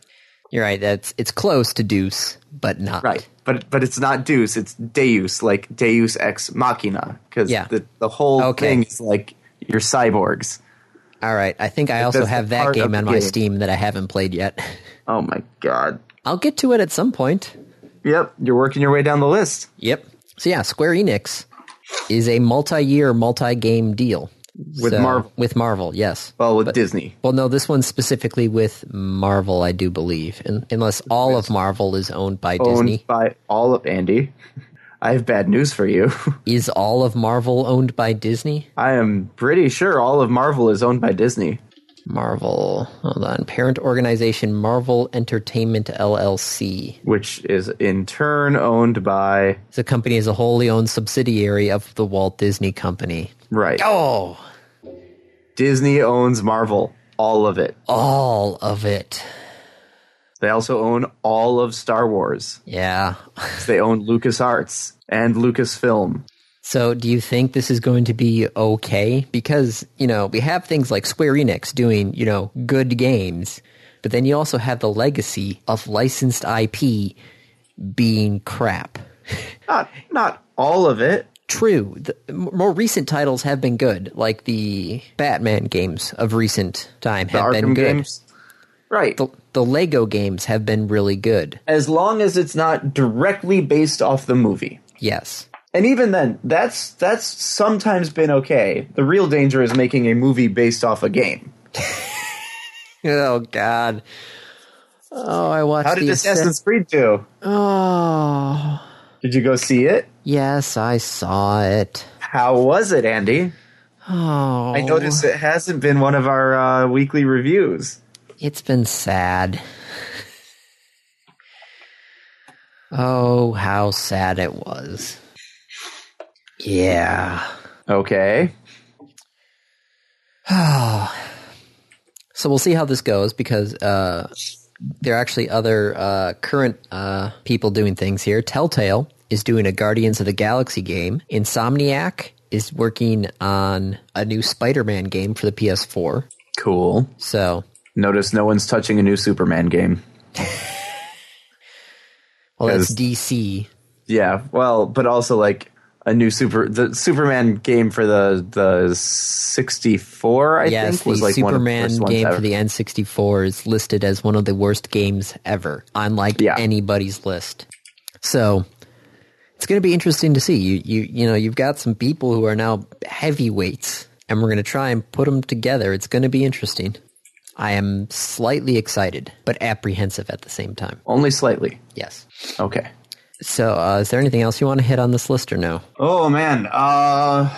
Speaker 1: you're right. That's it's close to Deuce, but not
Speaker 2: Right. But but it's not Deus, it's Deus, like Deus Ex Machina. Because
Speaker 1: Yeah.
Speaker 2: the, the whole
Speaker 1: Okay.
Speaker 2: thing is like you're cyborgs.
Speaker 1: All right, I think I also
Speaker 2: that's
Speaker 1: have
Speaker 2: the
Speaker 1: that
Speaker 2: part
Speaker 1: game
Speaker 2: of the
Speaker 1: on my
Speaker 2: game.
Speaker 1: Steam that I haven't played yet.
Speaker 2: Oh my god.
Speaker 1: I'll get to it at some point.
Speaker 2: Yep, you're working your way down the list.
Speaker 1: Yep. So yeah, Square Enix is a multi-year, multi-game deal
Speaker 2: With
Speaker 1: So-
Speaker 2: Marvel.
Speaker 1: With Marvel, yes.
Speaker 2: Well, with Disney.
Speaker 1: Well, no, this one's specifically with Marvel, I do believe, un- unless all of Marvel is owned by Disney.
Speaker 2: Owned by all of Andy. I have bad news for you.
Speaker 1: Is all of Marvel owned by Disney?
Speaker 2: I am pretty sure all of Marvel is owned by Disney.
Speaker 1: Marvel, hold on, parent organization Marvel Entertainment LLC.
Speaker 2: which is in turn owned by
Speaker 1: The company is a wholly owned subsidiary of the Walt Disney Company.
Speaker 2: right
Speaker 1: Oh,
Speaker 2: Disney owns Marvel, all of it.
Speaker 1: all of it.
Speaker 2: They also own all of Star Wars.
Speaker 1: Yeah.
Speaker 2: They own LucasArts and Lucasfilm.
Speaker 1: So, do you think this is going to be okay? Because, you know, we have things like Square Enix doing, you know, good games, but then you also have the legacy of licensed IP being crap.
Speaker 2: Not not all of it.
Speaker 1: True, the m- more recent titles have been good, like the Batman games of recent time
Speaker 2: The
Speaker 1: have been
Speaker 2: Arkham
Speaker 1: good.
Speaker 2: games. Right.
Speaker 1: The, the Lego games have been really good.
Speaker 2: as long as it's not directly based off the movie.
Speaker 1: Yes.
Speaker 2: And even then, that's that's sometimes been okay. The real danger is making a movie based off a game.
Speaker 1: Oh, God. Oh, I watched
Speaker 2: How did
Speaker 1: the
Speaker 2: Assassin's Creed do?
Speaker 1: Oh.
Speaker 2: Did you go see it?
Speaker 1: Yes, I saw it.
Speaker 2: How was it, Andy?
Speaker 1: Oh,
Speaker 2: I noticed it hasn't been one of our uh, weekly reviews.
Speaker 1: It's been sad. Oh, how sad it was. Yeah.
Speaker 2: Okay.
Speaker 1: So we'll see how this goes because uh, there are actually other uh, current uh, people doing things here. Telltale is doing a Guardians of the Galaxy game. Insomniac is working on a new Spider-Man game for the PS4.
Speaker 2: Cool.
Speaker 1: So
Speaker 2: Notice no one's touching a new Superman game.
Speaker 1: well, that's
Speaker 2: Yes.
Speaker 1: DC.
Speaker 2: Yeah. Well, but also like a new super the Superman game for the the 64 I
Speaker 1: Yes,
Speaker 2: think was
Speaker 1: the
Speaker 2: like one of
Speaker 1: Superman
Speaker 2: the first ones
Speaker 1: game
Speaker 2: ever.
Speaker 1: for the N64 is listed as one of the worst games ever on like
Speaker 2: Yeah.
Speaker 1: anybody's list. So it's going to be interesting to see. You you you know you've got some people who are now heavyweights, and we're going to try and put them together. It's going to be interesting. I am slightly excited, but apprehensive at the same time.
Speaker 2: Only slightly.
Speaker 1: Yes.
Speaker 2: Okay.
Speaker 1: So, uh, is there anything else you want to hit on this list or no?
Speaker 2: Oh man. Uh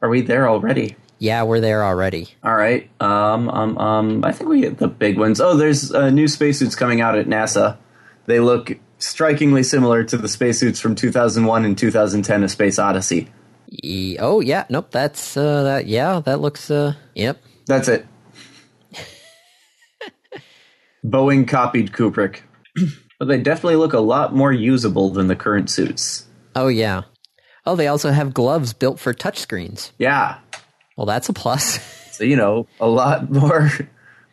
Speaker 2: Are we there already?
Speaker 1: Yeah, we're there already.
Speaker 2: All right. Um, um, um, I think we hit the big ones. Oh, there's uh, new spacesuits coming out at NASA. They look strikingly similar to the spacesuits from 2001 and 2010 A Space Odyssey.
Speaker 1: E- oh yeah, nope. That's uh, that. Yeah, that looks. Uh, yep.
Speaker 2: That's it. Boeing copied Kubrick. but they definitely look a lot more usable than the current suits.
Speaker 1: Oh yeah. Oh, they also have gloves built for touchscreens.
Speaker 2: Yeah.
Speaker 1: Well, that's a plus.
Speaker 2: So, you know, a lot more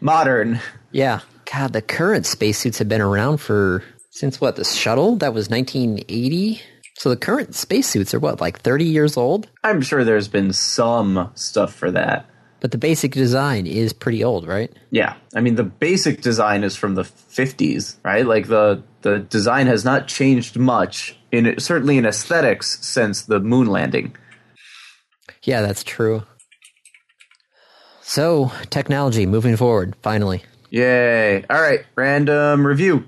Speaker 2: modern.
Speaker 1: yeah. God, the current spacesuits have been around for since what? The shuttle that was 1980. So the current spacesuits are what, like 30 years old?
Speaker 2: I'm sure there's been some stuff for that.
Speaker 1: But the basic design is pretty old, right?
Speaker 2: Yeah. I mean, the basic design is from the 50s, right? Like the the design has not changed much in certainly in aesthetics since the moon landing.
Speaker 1: Yeah, that's true. So, technology moving forward, finally.
Speaker 2: Yay. All right, random review.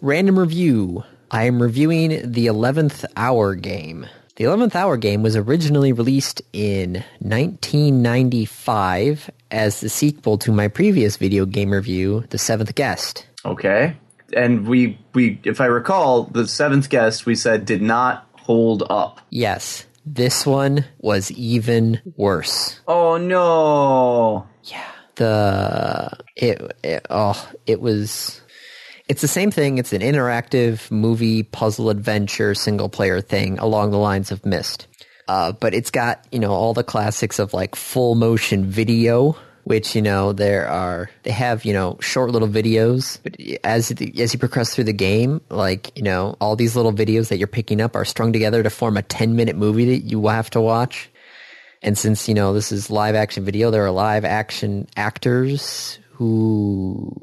Speaker 1: Random review. I am reviewing the 11th Hour game. The 11th Hour game was originally released in 1995 as the sequel to my previous video game review, The Seventh Guest.
Speaker 2: Okay. And we we if I recall, the seventh guest we said did not hold up.
Speaker 1: Yes, this one was even worse.
Speaker 2: Oh no.
Speaker 1: Yeah. The it, it oh, it was it's the same thing. It's an interactive movie, puzzle adventure, single player thing along the lines of Myst. Uh, but it's got, you know, all the classics of like full motion video, which, you know, there are, they have, you know, short little videos. But as, the, as you progress through the game, like, you know, all these little videos that you're picking up are strung together to form a 10 minute movie that you will have to watch. And since, you know, this is live action video, there are live action actors who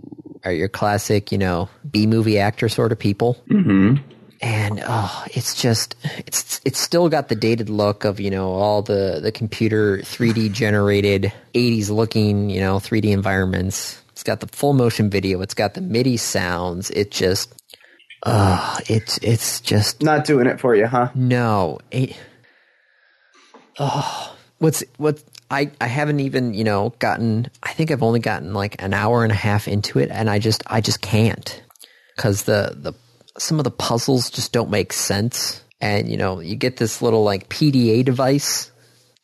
Speaker 1: are your classic, you know, B movie actor sort of people.
Speaker 2: Mhm.
Speaker 1: And oh, it's just it's it's still got the dated look of you know all the the computer 3D generated 80s looking you know 3D environments. It's got the full motion video. It's got the MIDI sounds. It just, uh, it's it's just
Speaker 2: Not doing it for you, huh?
Speaker 1: no. It, oh, what's what? I I haven't even you know gotten. I think I've only gotten like an hour and a half into it, and I just I just can't because the the some of the puzzles just don't make sense. And you know you get this little like PDA device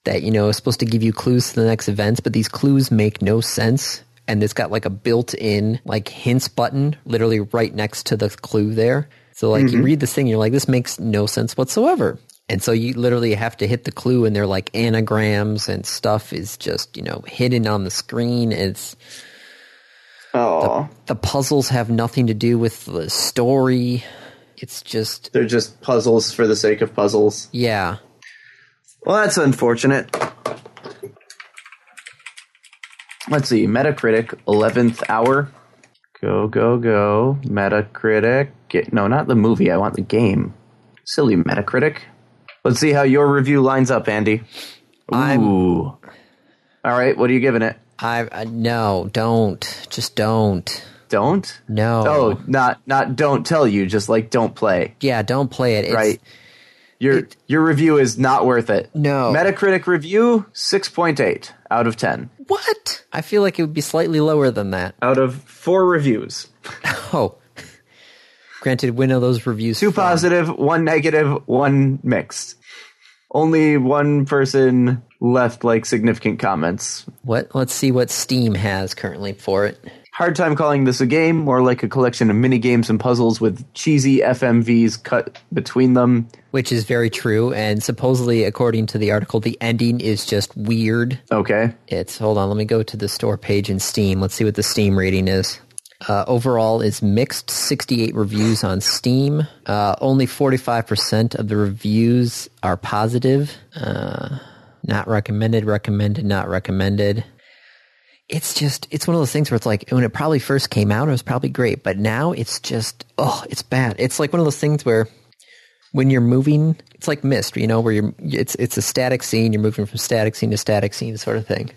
Speaker 1: that you know is supposed to give you clues to the next events, but these clues make no sense. And it's got like a built-in like hints button, literally right next to the clue there. So like
Speaker 2: Mm-hmm.
Speaker 1: you read this thing, you're like, this makes no sense whatsoever. And so you literally have to hit the clue, and they're like anagrams and stuff is just you know hidden on the screen. It's
Speaker 2: Oh.
Speaker 1: the puzzles have nothing to do with the story. It's just
Speaker 2: They're just puzzles for the sake of puzzles.
Speaker 1: yeah.
Speaker 2: Well, that's unfortunate. Let's see. Metacritic, 11th hour. Go, go, go. Metacritic. Get, no, not the movie. I want the game. Silly Metacritic. Let's see how your review lines up, Andy.
Speaker 1: I'm-
Speaker 2: Ooh. All right. What are you giving it?
Speaker 1: I uh, no, don't just don't.
Speaker 2: Don't?
Speaker 1: No.
Speaker 2: Oh, not not don't tell you, just like don't play.
Speaker 1: Yeah, don't play it. It's,
Speaker 2: Right. Your your review is not worth it.
Speaker 1: No.
Speaker 2: Metacritic review 6.8 out of 10.
Speaker 1: What? I feel like it would be slightly lower than that.
Speaker 2: out of four reviews.
Speaker 1: Oh. Granted, when are those reviews?
Speaker 2: Two
Speaker 1: from?
Speaker 2: positive, one negative, one mixed. Only one person left like significant comments.
Speaker 1: What? Let's see what Steam has currently for it.
Speaker 2: Hard time calling this a game, more like a collection of mini games and puzzles with cheesy FMVs cut between them.
Speaker 1: Which is very true, and supposedly, according to the article, the ending is just weird.
Speaker 2: Okay.
Speaker 1: It's hold on, let me go to the store page in Steam. Let's see what the Steam rating is. Uh, overall, it's mixed. Sixty-eight reviews on Steam. Uh, only forty-five percent of the reviews are positive. Uh, not recommended. Recommended. Not recommended. It's just it's one of those things where it's like when it probably first came out, it was probably great, but now it's just oh, it's bad. It's like one of those things where when you're moving, it's like mist, you know, where you're it's it's a static scene. You're moving from static scene to static scene, sort of thing.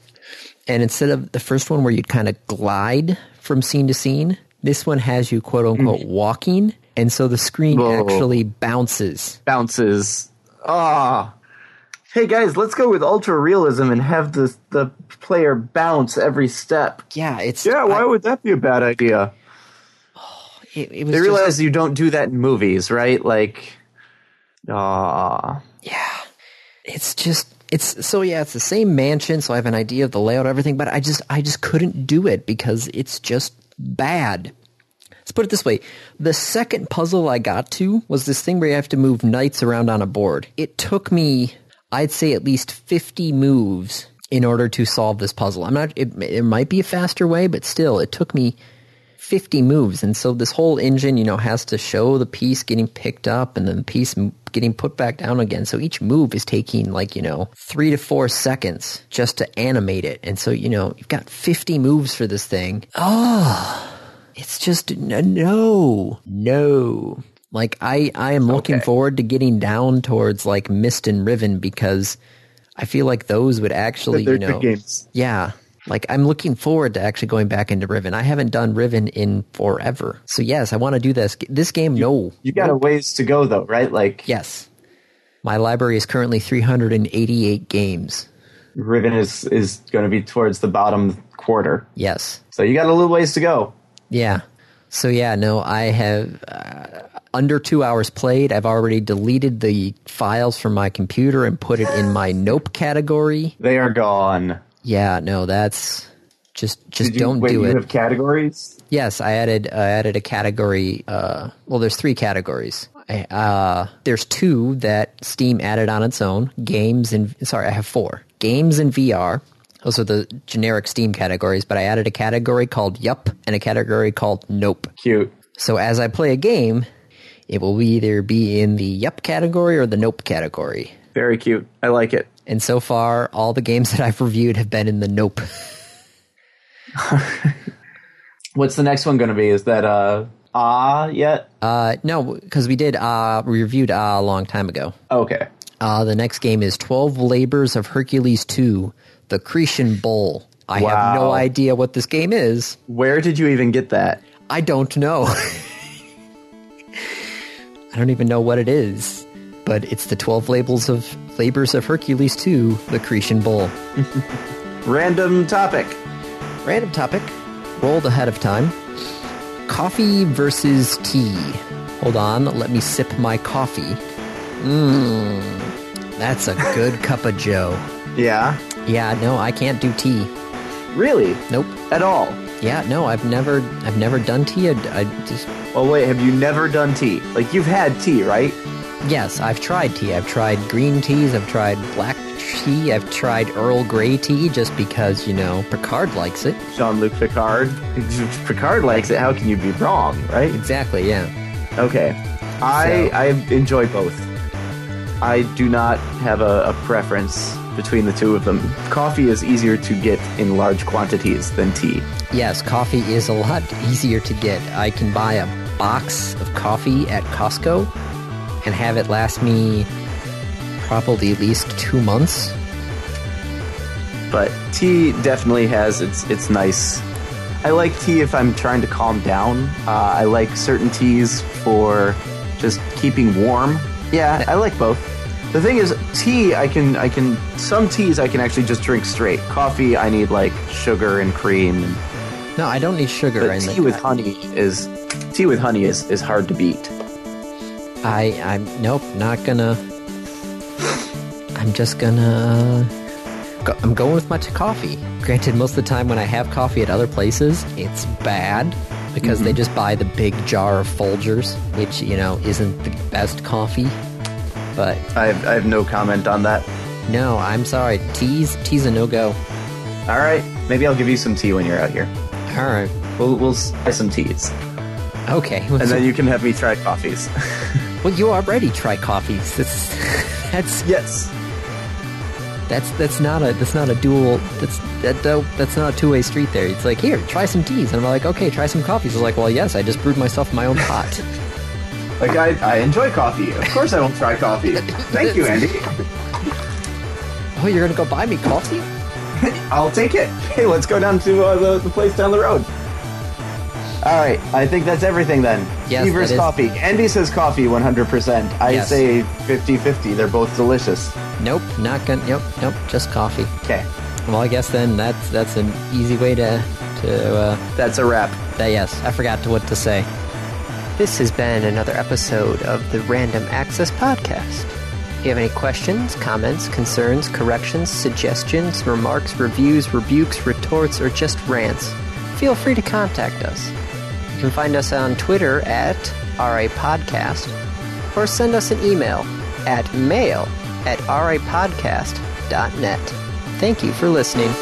Speaker 1: And instead of the first one where you'd kind of glide from scene to scene, this one has you quote unquote walking, and so the screen
Speaker 2: Mm. Whoa.
Speaker 1: actually bounces.
Speaker 2: Bounces. Ah. Hey guys, let's go with ultra realism and have the the player bounce every step.
Speaker 1: Yeah, it's
Speaker 2: Yeah, why
Speaker 1: I-
Speaker 2: would that be a bad idea?
Speaker 1: it, it was
Speaker 2: They
Speaker 1: just-
Speaker 2: realize you don't do that in movies, right? Like, ah,
Speaker 1: yeah, it's just it's so yeah, it's the same mansion, so I have an idea of the layout, everything, but I just I just couldn't do it because it's just bad. Let's put it this way: the second puzzle I got to was this thing where you have to move knights around on a board. It took me, I'd say, at least fifty moves in order to solve this puzzle. I'm not. It, it might be a faster way, but still, it took me 50 moves. And so this whole engine, you know, has to show the piece getting picked up and then the piece m- getting put back down again. So each move is taking like, you know, three to four seconds just to animate it. And so, you know, you've got 50 moves for this thing. Oh, it's just n- no, no. Like I, I am looking
Speaker 2: Okay.
Speaker 1: forward to getting down towards like Mist and Riven because I feel like those would actually,
Speaker 2: They're
Speaker 1: you know,
Speaker 2: good games.
Speaker 1: yeah. Like I'm looking forward to actually going back into Riven. I haven't done Riven in forever. So yes, I want to do this. This game, no.
Speaker 2: You got a ways to go though, right? Like
Speaker 1: Yes. My library is currently 388 games.
Speaker 2: Riven is is going to be towards the bottom quarter,
Speaker 1: Yes.
Speaker 2: so you got a little ways to go.
Speaker 1: Yeah. So yeah, no, I have uh, under 2 hours played. I've already deleted the files from my computer and put it in my nope category.
Speaker 2: They are gone.
Speaker 1: Yeah, no, that's just just
Speaker 2: Did you,
Speaker 1: don't
Speaker 2: wait,
Speaker 1: do
Speaker 2: you
Speaker 1: it.
Speaker 2: have categories?
Speaker 1: Yes, I added I added a category. Uh, well, there's three categories. I, uh, there's two that Steam added on its own: games and sorry, I have four games and VR. Those are the generic Steam categories, but I added a category called Yup and a category called Nope.
Speaker 2: Cute.
Speaker 1: So as I play a game, it will either be in the Yup category or the Nope category.
Speaker 2: Very cute. I like it.
Speaker 1: And so far, all the games that I've reviewed have been in the Nope.
Speaker 2: What's the next one going to be? Is that uh ah yet?
Speaker 1: Uh, no, because we did uh, we reviewed uh, a long time ago.
Speaker 2: okay.
Speaker 1: Uh, the next game is 12 Labors of Hercules 2, The Cretan Bowl. I have no
Speaker 2: Wow.
Speaker 1: idea what this game is.
Speaker 2: Where did you even get that?
Speaker 1: I don't know. I don't even know what it is. But it's the 12 Labels of Labors of Hercules 2, The Cretan Bowl.
Speaker 2: Random topic.
Speaker 1: Random topic, rolled ahead of time. Coffee versus tea. Hold on, let me sip my coffee. Mmm, that's a good cup of joe.
Speaker 2: Yeah.
Speaker 1: Yeah, no, I can't do tea.
Speaker 2: Really?
Speaker 1: Nope.
Speaker 2: At all?
Speaker 1: Yeah, no, I've never, I've never done tea. I, I just,
Speaker 2: Well, wait. Have you never done tea? Like you've had tea, right?
Speaker 1: yes, I've tried tea. I've tried green teas. I've tried black tea. I've tried Earl Grey tea just because you know Picard likes it.
Speaker 2: Jean Luc Picard. If Picard likes it. How can you be wrong, right?
Speaker 1: Exactly. Yeah.
Speaker 2: Okay. I
Speaker 1: So-
Speaker 2: I enjoy both. I do not have a, a preference between the two of them. Coffee is easier to get in large quantities than tea.
Speaker 1: Yes, coffee is a lot easier to get. I can buy a box of coffee at Costco and have it last me probably at least two months.
Speaker 2: But tea definitely has its its nice. I like tea if I'm trying to calm down. Uh, I like certain teas for just keeping warm. Yeah, I like both. The thing is, tea I can I can some teas I can actually just drink straight. Coffee I need like sugar and cream and
Speaker 1: No, I don't need sugar.
Speaker 2: But
Speaker 1: and
Speaker 2: tea
Speaker 1: the-
Speaker 2: with honey is tea with honey is, is hard to beat.
Speaker 1: I, I'm nope, not gonna. I'm just gonna. Go, I'm going with my t- coffee. Granted, most of the time when I have coffee at other places, it's bad because
Speaker 2: Mm-hmm.
Speaker 1: they just buy the big jar of Folgers, which you know isn't the best coffee. But
Speaker 2: I have, I have no comment on that.
Speaker 1: no, I'm sorry. Tea's tea's a no go.
Speaker 2: All right, maybe I'll give you some tea when you're out here.
Speaker 1: All right.
Speaker 2: We'll we'll s- try some teas,
Speaker 1: Okay.
Speaker 2: and then you can have me try coffees.
Speaker 1: well, you already try coffees. That's that's
Speaker 2: yes,
Speaker 1: That's that's not a that's not a dual that's that don't- that's not a two way street there. It's like here, try some teas, and I'm like, okay, try some coffees. It's like, well, yes, I just brewed myself my own pot.
Speaker 2: like I, I enjoy coffee. Of course, I will try coffee. Thank you, Andy.
Speaker 1: oh, you're gonna go buy me coffee?
Speaker 2: I'll take it. Hey, let's go down to uh, the, the place down the road. All right, I think that's everything then.
Speaker 1: Yes,
Speaker 2: Tea versus
Speaker 1: that is-
Speaker 2: coffee. Andy says coffee 100%. I
Speaker 1: Yes.
Speaker 2: say 50-50. They're both delicious.
Speaker 1: Nope, not gonna. Nope, nope, just coffee.
Speaker 2: Okay,
Speaker 1: Well, I guess then that's that's an easy way to to. Uh,
Speaker 2: that's a wrap.
Speaker 1: That, yes, I forgot what to say.
Speaker 3: This has been another episode of the Random Access Podcast. If you have any questions, comments, concerns, corrections, suggestions, remarks, reviews, rebukes, retorts, or just rants, feel free to contact us. You can find us on Twitter at RAPodcast or send us an email at mail at rapodcast.net. Thank you for listening.